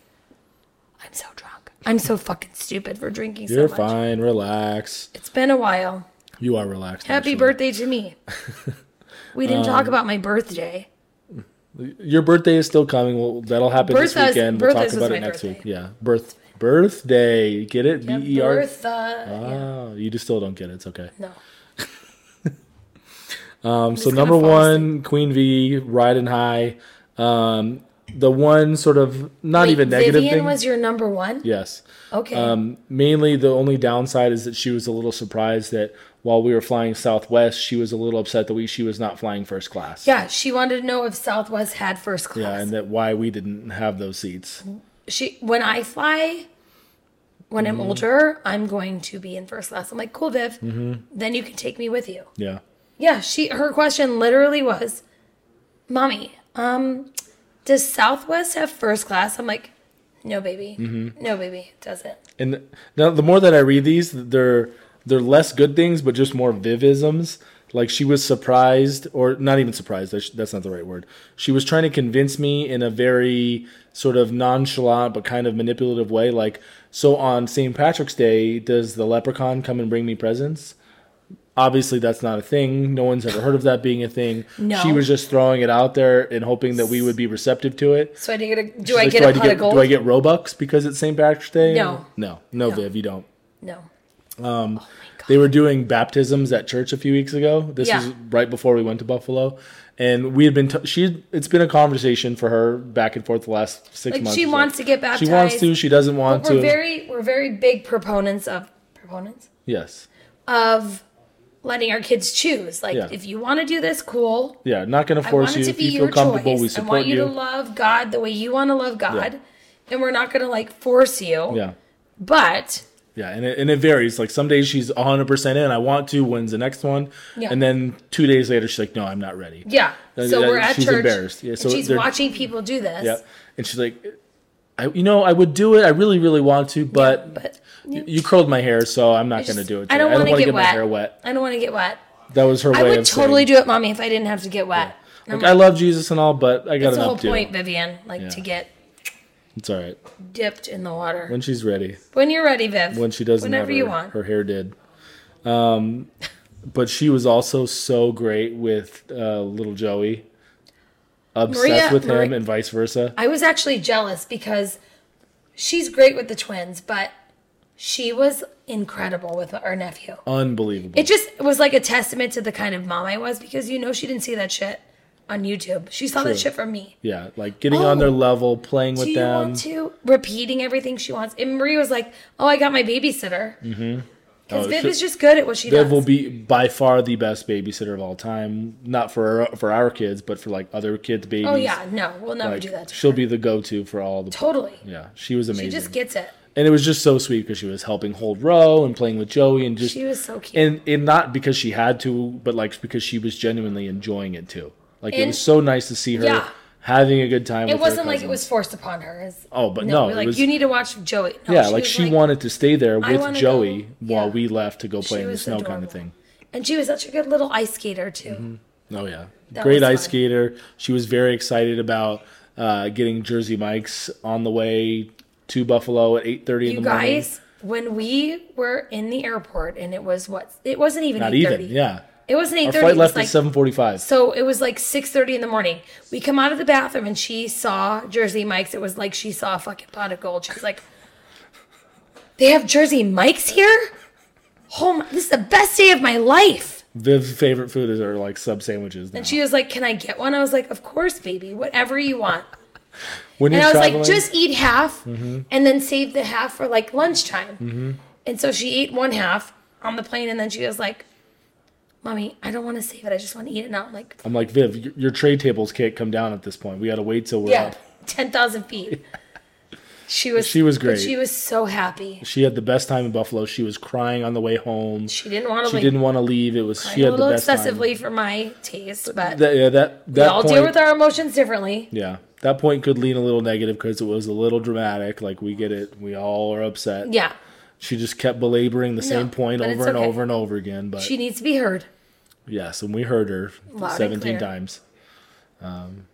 Speaker 2: I'm so drunk. I'm so fucking stupid for drinking
Speaker 1: You're
Speaker 2: so much.
Speaker 1: fine, relax.
Speaker 2: It's been a while.
Speaker 1: You are relaxed.
Speaker 2: Happy
Speaker 1: actually.
Speaker 2: birthday to me. We didn't
Speaker 1: Um,
Speaker 2: talk about my birthday.
Speaker 1: Your birthday is still coming. Well, that'll happen this
Speaker 2: Bertha's-
Speaker 1: weekend. We'll talk
Speaker 2: Bertha's was
Speaker 1: about
Speaker 2: my
Speaker 1: it next
Speaker 2: birthday.
Speaker 1: week. Yeah. Birth birthday. Get it?
Speaker 2: Yeah,
Speaker 1: B E R.
Speaker 2: Bertha.
Speaker 1: Oh, you just still don't get it. It's okay. Um,
Speaker 2: No.
Speaker 1: so
Speaker 2: just gonna
Speaker 1: number
Speaker 2: fall
Speaker 1: one, Queen V, riding high. Um, the one sort of not
Speaker 2: Wait,
Speaker 1: even negative
Speaker 2: Vivian
Speaker 1: thing.
Speaker 2: was your number one?
Speaker 1: yes.
Speaker 2: Okay.
Speaker 1: Um, mainly the only downside is that she was a little surprised that while we were flying Southwest, she was a little upset that we she was not flying first class.
Speaker 2: yeah, she wanted to know if Southwest had first class.
Speaker 1: Yeah, and that why we didn't have those seats.
Speaker 2: she when I fly, when
Speaker 1: Mm-hmm.
Speaker 2: I'm older, I'm going to be in first class. I'm like, cool, Viv.
Speaker 1: Mm-hmm.
Speaker 2: Then you can take me with you.
Speaker 1: Yeah.
Speaker 2: Yeah, she her question literally was, "Mommy, um, does Southwest have first class?" I'm like, "No, baby.
Speaker 1: Mm-hmm.
Speaker 2: No, baby, it doesn't."
Speaker 1: And now the more that I read these, they're they're less good things, but just more vivisms. Like she was surprised, or not even surprised. that's- That's not the right word. She was trying to convince me in a very sort of nonchalant but kind of manipulative way. Like, so on St. Patrick's Day, does the leprechaun come and bring me presents? Obviously, that's not a thing. No one's ever heard of that being a thing.
Speaker 2: No.
Speaker 1: She was just throwing it out there and hoping that we would be receptive to it.
Speaker 2: So I did get a. Do
Speaker 1: She's
Speaker 2: I
Speaker 1: like,
Speaker 2: get
Speaker 1: do
Speaker 2: a
Speaker 1: I
Speaker 2: pot of gold?
Speaker 1: Do I get Robux because it's St. Patrick's Day?
Speaker 2: No.
Speaker 1: No. No, Viv, you don't.
Speaker 2: no.
Speaker 1: They were doing baptisms at church a few weeks ago. This
Speaker 2: Yeah.
Speaker 1: is right before we went to Buffalo. And we had been, t- she, it's been a conversation for her back and forth the last six
Speaker 2: Like
Speaker 1: months.
Speaker 2: she
Speaker 1: or so.
Speaker 2: wants to get
Speaker 1: She wants
Speaker 2: baptized.
Speaker 1: to, she doesn't want
Speaker 2: We're
Speaker 1: to.
Speaker 2: very we're very big proponents of proponents
Speaker 1: yes.
Speaker 2: of letting our kids choose. Like,
Speaker 1: Yeah.
Speaker 2: if you want to do this, cool.
Speaker 1: Yeah, not going to
Speaker 2: I
Speaker 1: force
Speaker 2: want it
Speaker 1: you.
Speaker 2: to
Speaker 1: If
Speaker 2: be
Speaker 1: you
Speaker 2: your
Speaker 1: feel comfortable, we
Speaker 2: choice. I
Speaker 1: support
Speaker 2: want you,
Speaker 1: you.
Speaker 2: to love God the way you want to love God,
Speaker 1: Yeah.
Speaker 2: and we're not going to like force you.
Speaker 1: yeah.
Speaker 2: But
Speaker 1: Yeah, and it, and it varies. Like some days she's 100% in. I want to. When's the next one?
Speaker 2: Yeah.
Speaker 1: And then two days later, she's like, no, I'm not ready.
Speaker 2: Yeah.
Speaker 1: That-
Speaker 2: so
Speaker 1: that-
Speaker 2: we're at
Speaker 1: she's
Speaker 2: church.
Speaker 1: embarrassed. Yeah,
Speaker 2: and
Speaker 1: so
Speaker 2: she's
Speaker 1: they're-
Speaker 2: watching people do this.
Speaker 1: Yeah. And she's like, I, you know, I would do it. I really, really want to, but,
Speaker 2: But
Speaker 1: you, you curled my hair, so I'm not going to
Speaker 2: just-
Speaker 1: do it.
Speaker 2: I don't
Speaker 1: today.
Speaker 2: want to
Speaker 1: wanna
Speaker 2: get,
Speaker 1: my
Speaker 2: wet.
Speaker 1: hair wet.
Speaker 2: I don't want to get wet.
Speaker 1: That was her
Speaker 2: I
Speaker 1: way
Speaker 2: would
Speaker 1: of
Speaker 2: totally
Speaker 1: saying,
Speaker 2: do it, mommy, if I didn't have to get wet.
Speaker 1: like, I love Jesus and all, but I got
Speaker 2: That's
Speaker 1: an
Speaker 2: the whole
Speaker 1: updo.
Speaker 2: point, Vivian. Like to
Speaker 1: Yeah.
Speaker 2: get
Speaker 1: It's all right.
Speaker 2: dipped in the water when,
Speaker 1: When she's ready.
Speaker 2: you're ready, Viv.
Speaker 1: when she doesn't
Speaker 2: whenever
Speaker 1: have her,
Speaker 2: you want.
Speaker 1: her hair did. Um, but she was also so great with uh, little Joey, obsessed
Speaker 2: Maria-
Speaker 1: with him,
Speaker 2: Mari-
Speaker 1: and vice versa.
Speaker 2: I was actually jealous because she's great with the twins, but she was incredible with our nephew.
Speaker 1: Unbelievable.
Speaker 2: It just was like a testament to the kind of mom I was because you know she didn't see that shit on YouTube. She saw
Speaker 1: True.
Speaker 2: that shit from me.
Speaker 1: yeah, like getting on their
Speaker 2: Oh.
Speaker 1: level, playing
Speaker 2: Do
Speaker 1: with
Speaker 2: you
Speaker 1: them.
Speaker 2: want to repeating everything she wants? And Marie was like, "Oh, I got my babysitter." Because
Speaker 1: Oh,
Speaker 2: Viv
Speaker 1: so-
Speaker 2: is just good at what she
Speaker 1: Viv
Speaker 2: does.
Speaker 1: will be by far the best babysitter of all time. Not for our, for our kids, but for like other kids' babies.
Speaker 2: oh yeah, no, we'll never
Speaker 1: Like,
Speaker 2: do that. To
Speaker 1: she'll be the go-to for all the.
Speaker 2: Totally.
Speaker 1: yeah, she was
Speaker 2: She
Speaker 1: amazing,
Speaker 2: just gets it.
Speaker 1: and it was just so sweet because she was helping hold row and playing with Joey and just
Speaker 2: She was so cute.
Speaker 1: and and not because she had to, but like because she was genuinely enjoying it too. Like it
Speaker 2: And-
Speaker 1: was so nice to see her
Speaker 2: Yeah.
Speaker 1: having a good time.
Speaker 2: it wasn't like it was forced upon her. It's-
Speaker 1: Oh, but no,
Speaker 2: we're
Speaker 1: it
Speaker 2: like
Speaker 1: was-
Speaker 2: you need to watch Joey. No,
Speaker 1: yeah, like
Speaker 2: was
Speaker 1: she wanted to stay there with
Speaker 2: wanna
Speaker 1: Joey
Speaker 2: go-
Speaker 1: while
Speaker 2: yeah.
Speaker 1: we left to go play in the
Speaker 2: was
Speaker 1: snow, kind of
Speaker 2: adorable.
Speaker 1: thing.
Speaker 2: and she was such a good little ice skater too.
Speaker 1: Oh yeah,
Speaker 2: That
Speaker 1: great
Speaker 2: was
Speaker 1: ice
Speaker 2: fun.
Speaker 1: skater. She was very excited about uh, getting Jersey Mike's on the way to Buffalo at eight thirty in
Speaker 2: You
Speaker 1: the morning.
Speaker 2: guys, when we were in the airport, and it was what? It wasn't even
Speaker 1: Not
Speaker 2: eight
Speaker 1: even,
Speaker 2: thirty.
Speaker 1: yeah.
Speaker 2: It wasn't eight
Speaker 1: Our
Speaker 2: thirty.
Speaker 1: flight
Speaker 2: It was
Speaker 1: left
Speaker 2: like
Speaker 1: at seven forty-five.
Speaker 2: So it was like six thirty in the morning. We come out of the bathroom and she saw Jersey Mike's. It was like she saw a fucking pot of gold. She's like, "They have Jersey Mike's here. Oh my, this is the best day of my life."
Speaker 1: Viv's favorite food is are like sub sandwiches. Now.
Speaker 2: And she was like, "Can I get one?" I was like, "Of course, baby. Whatever you want."
Speaker 1: when
Speaker 2: And
Speaker 1: you're
Speaker 2: I was
Speaker 1: traveling, Mm-hmm.
Speaker 2: like, "Just eat half and then save the half for like lunchtime." And so she ate one half on the plane, and then she was like, "Mommy, I don't want to save it. I just want to eat it now." I'm like,
Speaker 1: I'm like, Viv, your, your tray tables can't come down at this point. We got to wait till we're
Speaker 2: Yeah,
Speaker 1: up.
Speaker 2: ten thousand feet. She was.
Speaker 1: She was
Speaker 2: but
Speaker 1: great.
Speaker 2: she was so happy.
Speaker 1: She had the best time in Buffalo. She was crying on the way home. She,
Speaker 2: She didn't want to leave.
Speaker 1: didn't want to leave. It was she
Speaker 2: a
Speaker 1: had the
Speaker 2: little
Speaker 1: best
Speaker 2: excessively for my taste, but
Speaker 1: time. That, yeah, that that
Speaker 2: we all
Speaker 1: point,
Speaker 2: deal with our emotions differently.
Speaker 1: yeah, that point could lean a little negative because it was a little dramatic. Like we get it, we all are upset.
Speaker 2: Yeah,
Speaker 1: She just kept belaboring the same point
Speaker 2: but it's
Speaker 1: over and
Speaker 2: okay.
Speaker 1: over and over again. But
Speaker 2: she needs to be heard.
Speaker 1: yes, and we heard her
Speaker 2: Loud and
Speaker 1: seventeen
Speaker 2: clear.
Speaker 1: times. Um,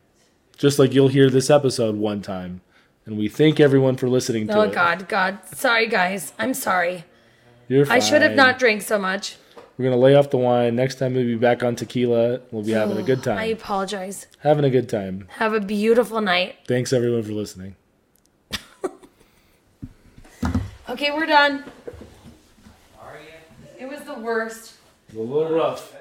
Speaker 1: just like you'll hear this episode one time, and we thank everyone for listening to
Speaker 2: Oh
Speaker 1: it.
Speaker 2: God, God, sorry guys, I'm sorry.
Speaker 1: You're fine.
Speaker 2: I should have not drank so much.
Speaker 1: We're gonna lay off the wine. Next time we'll be back on tequila. We'll be having a good
Speaker 2: I
Speaker 1: time.
Speaker 2: apologize.
Speaker 1: Having a good time.
Speaker 2: Have a beautiful night.
Speaker 1: Thanks everyone for listening.
Speaker 2: Okay, we're done. It was the worst.
Speaker 1: A little rough.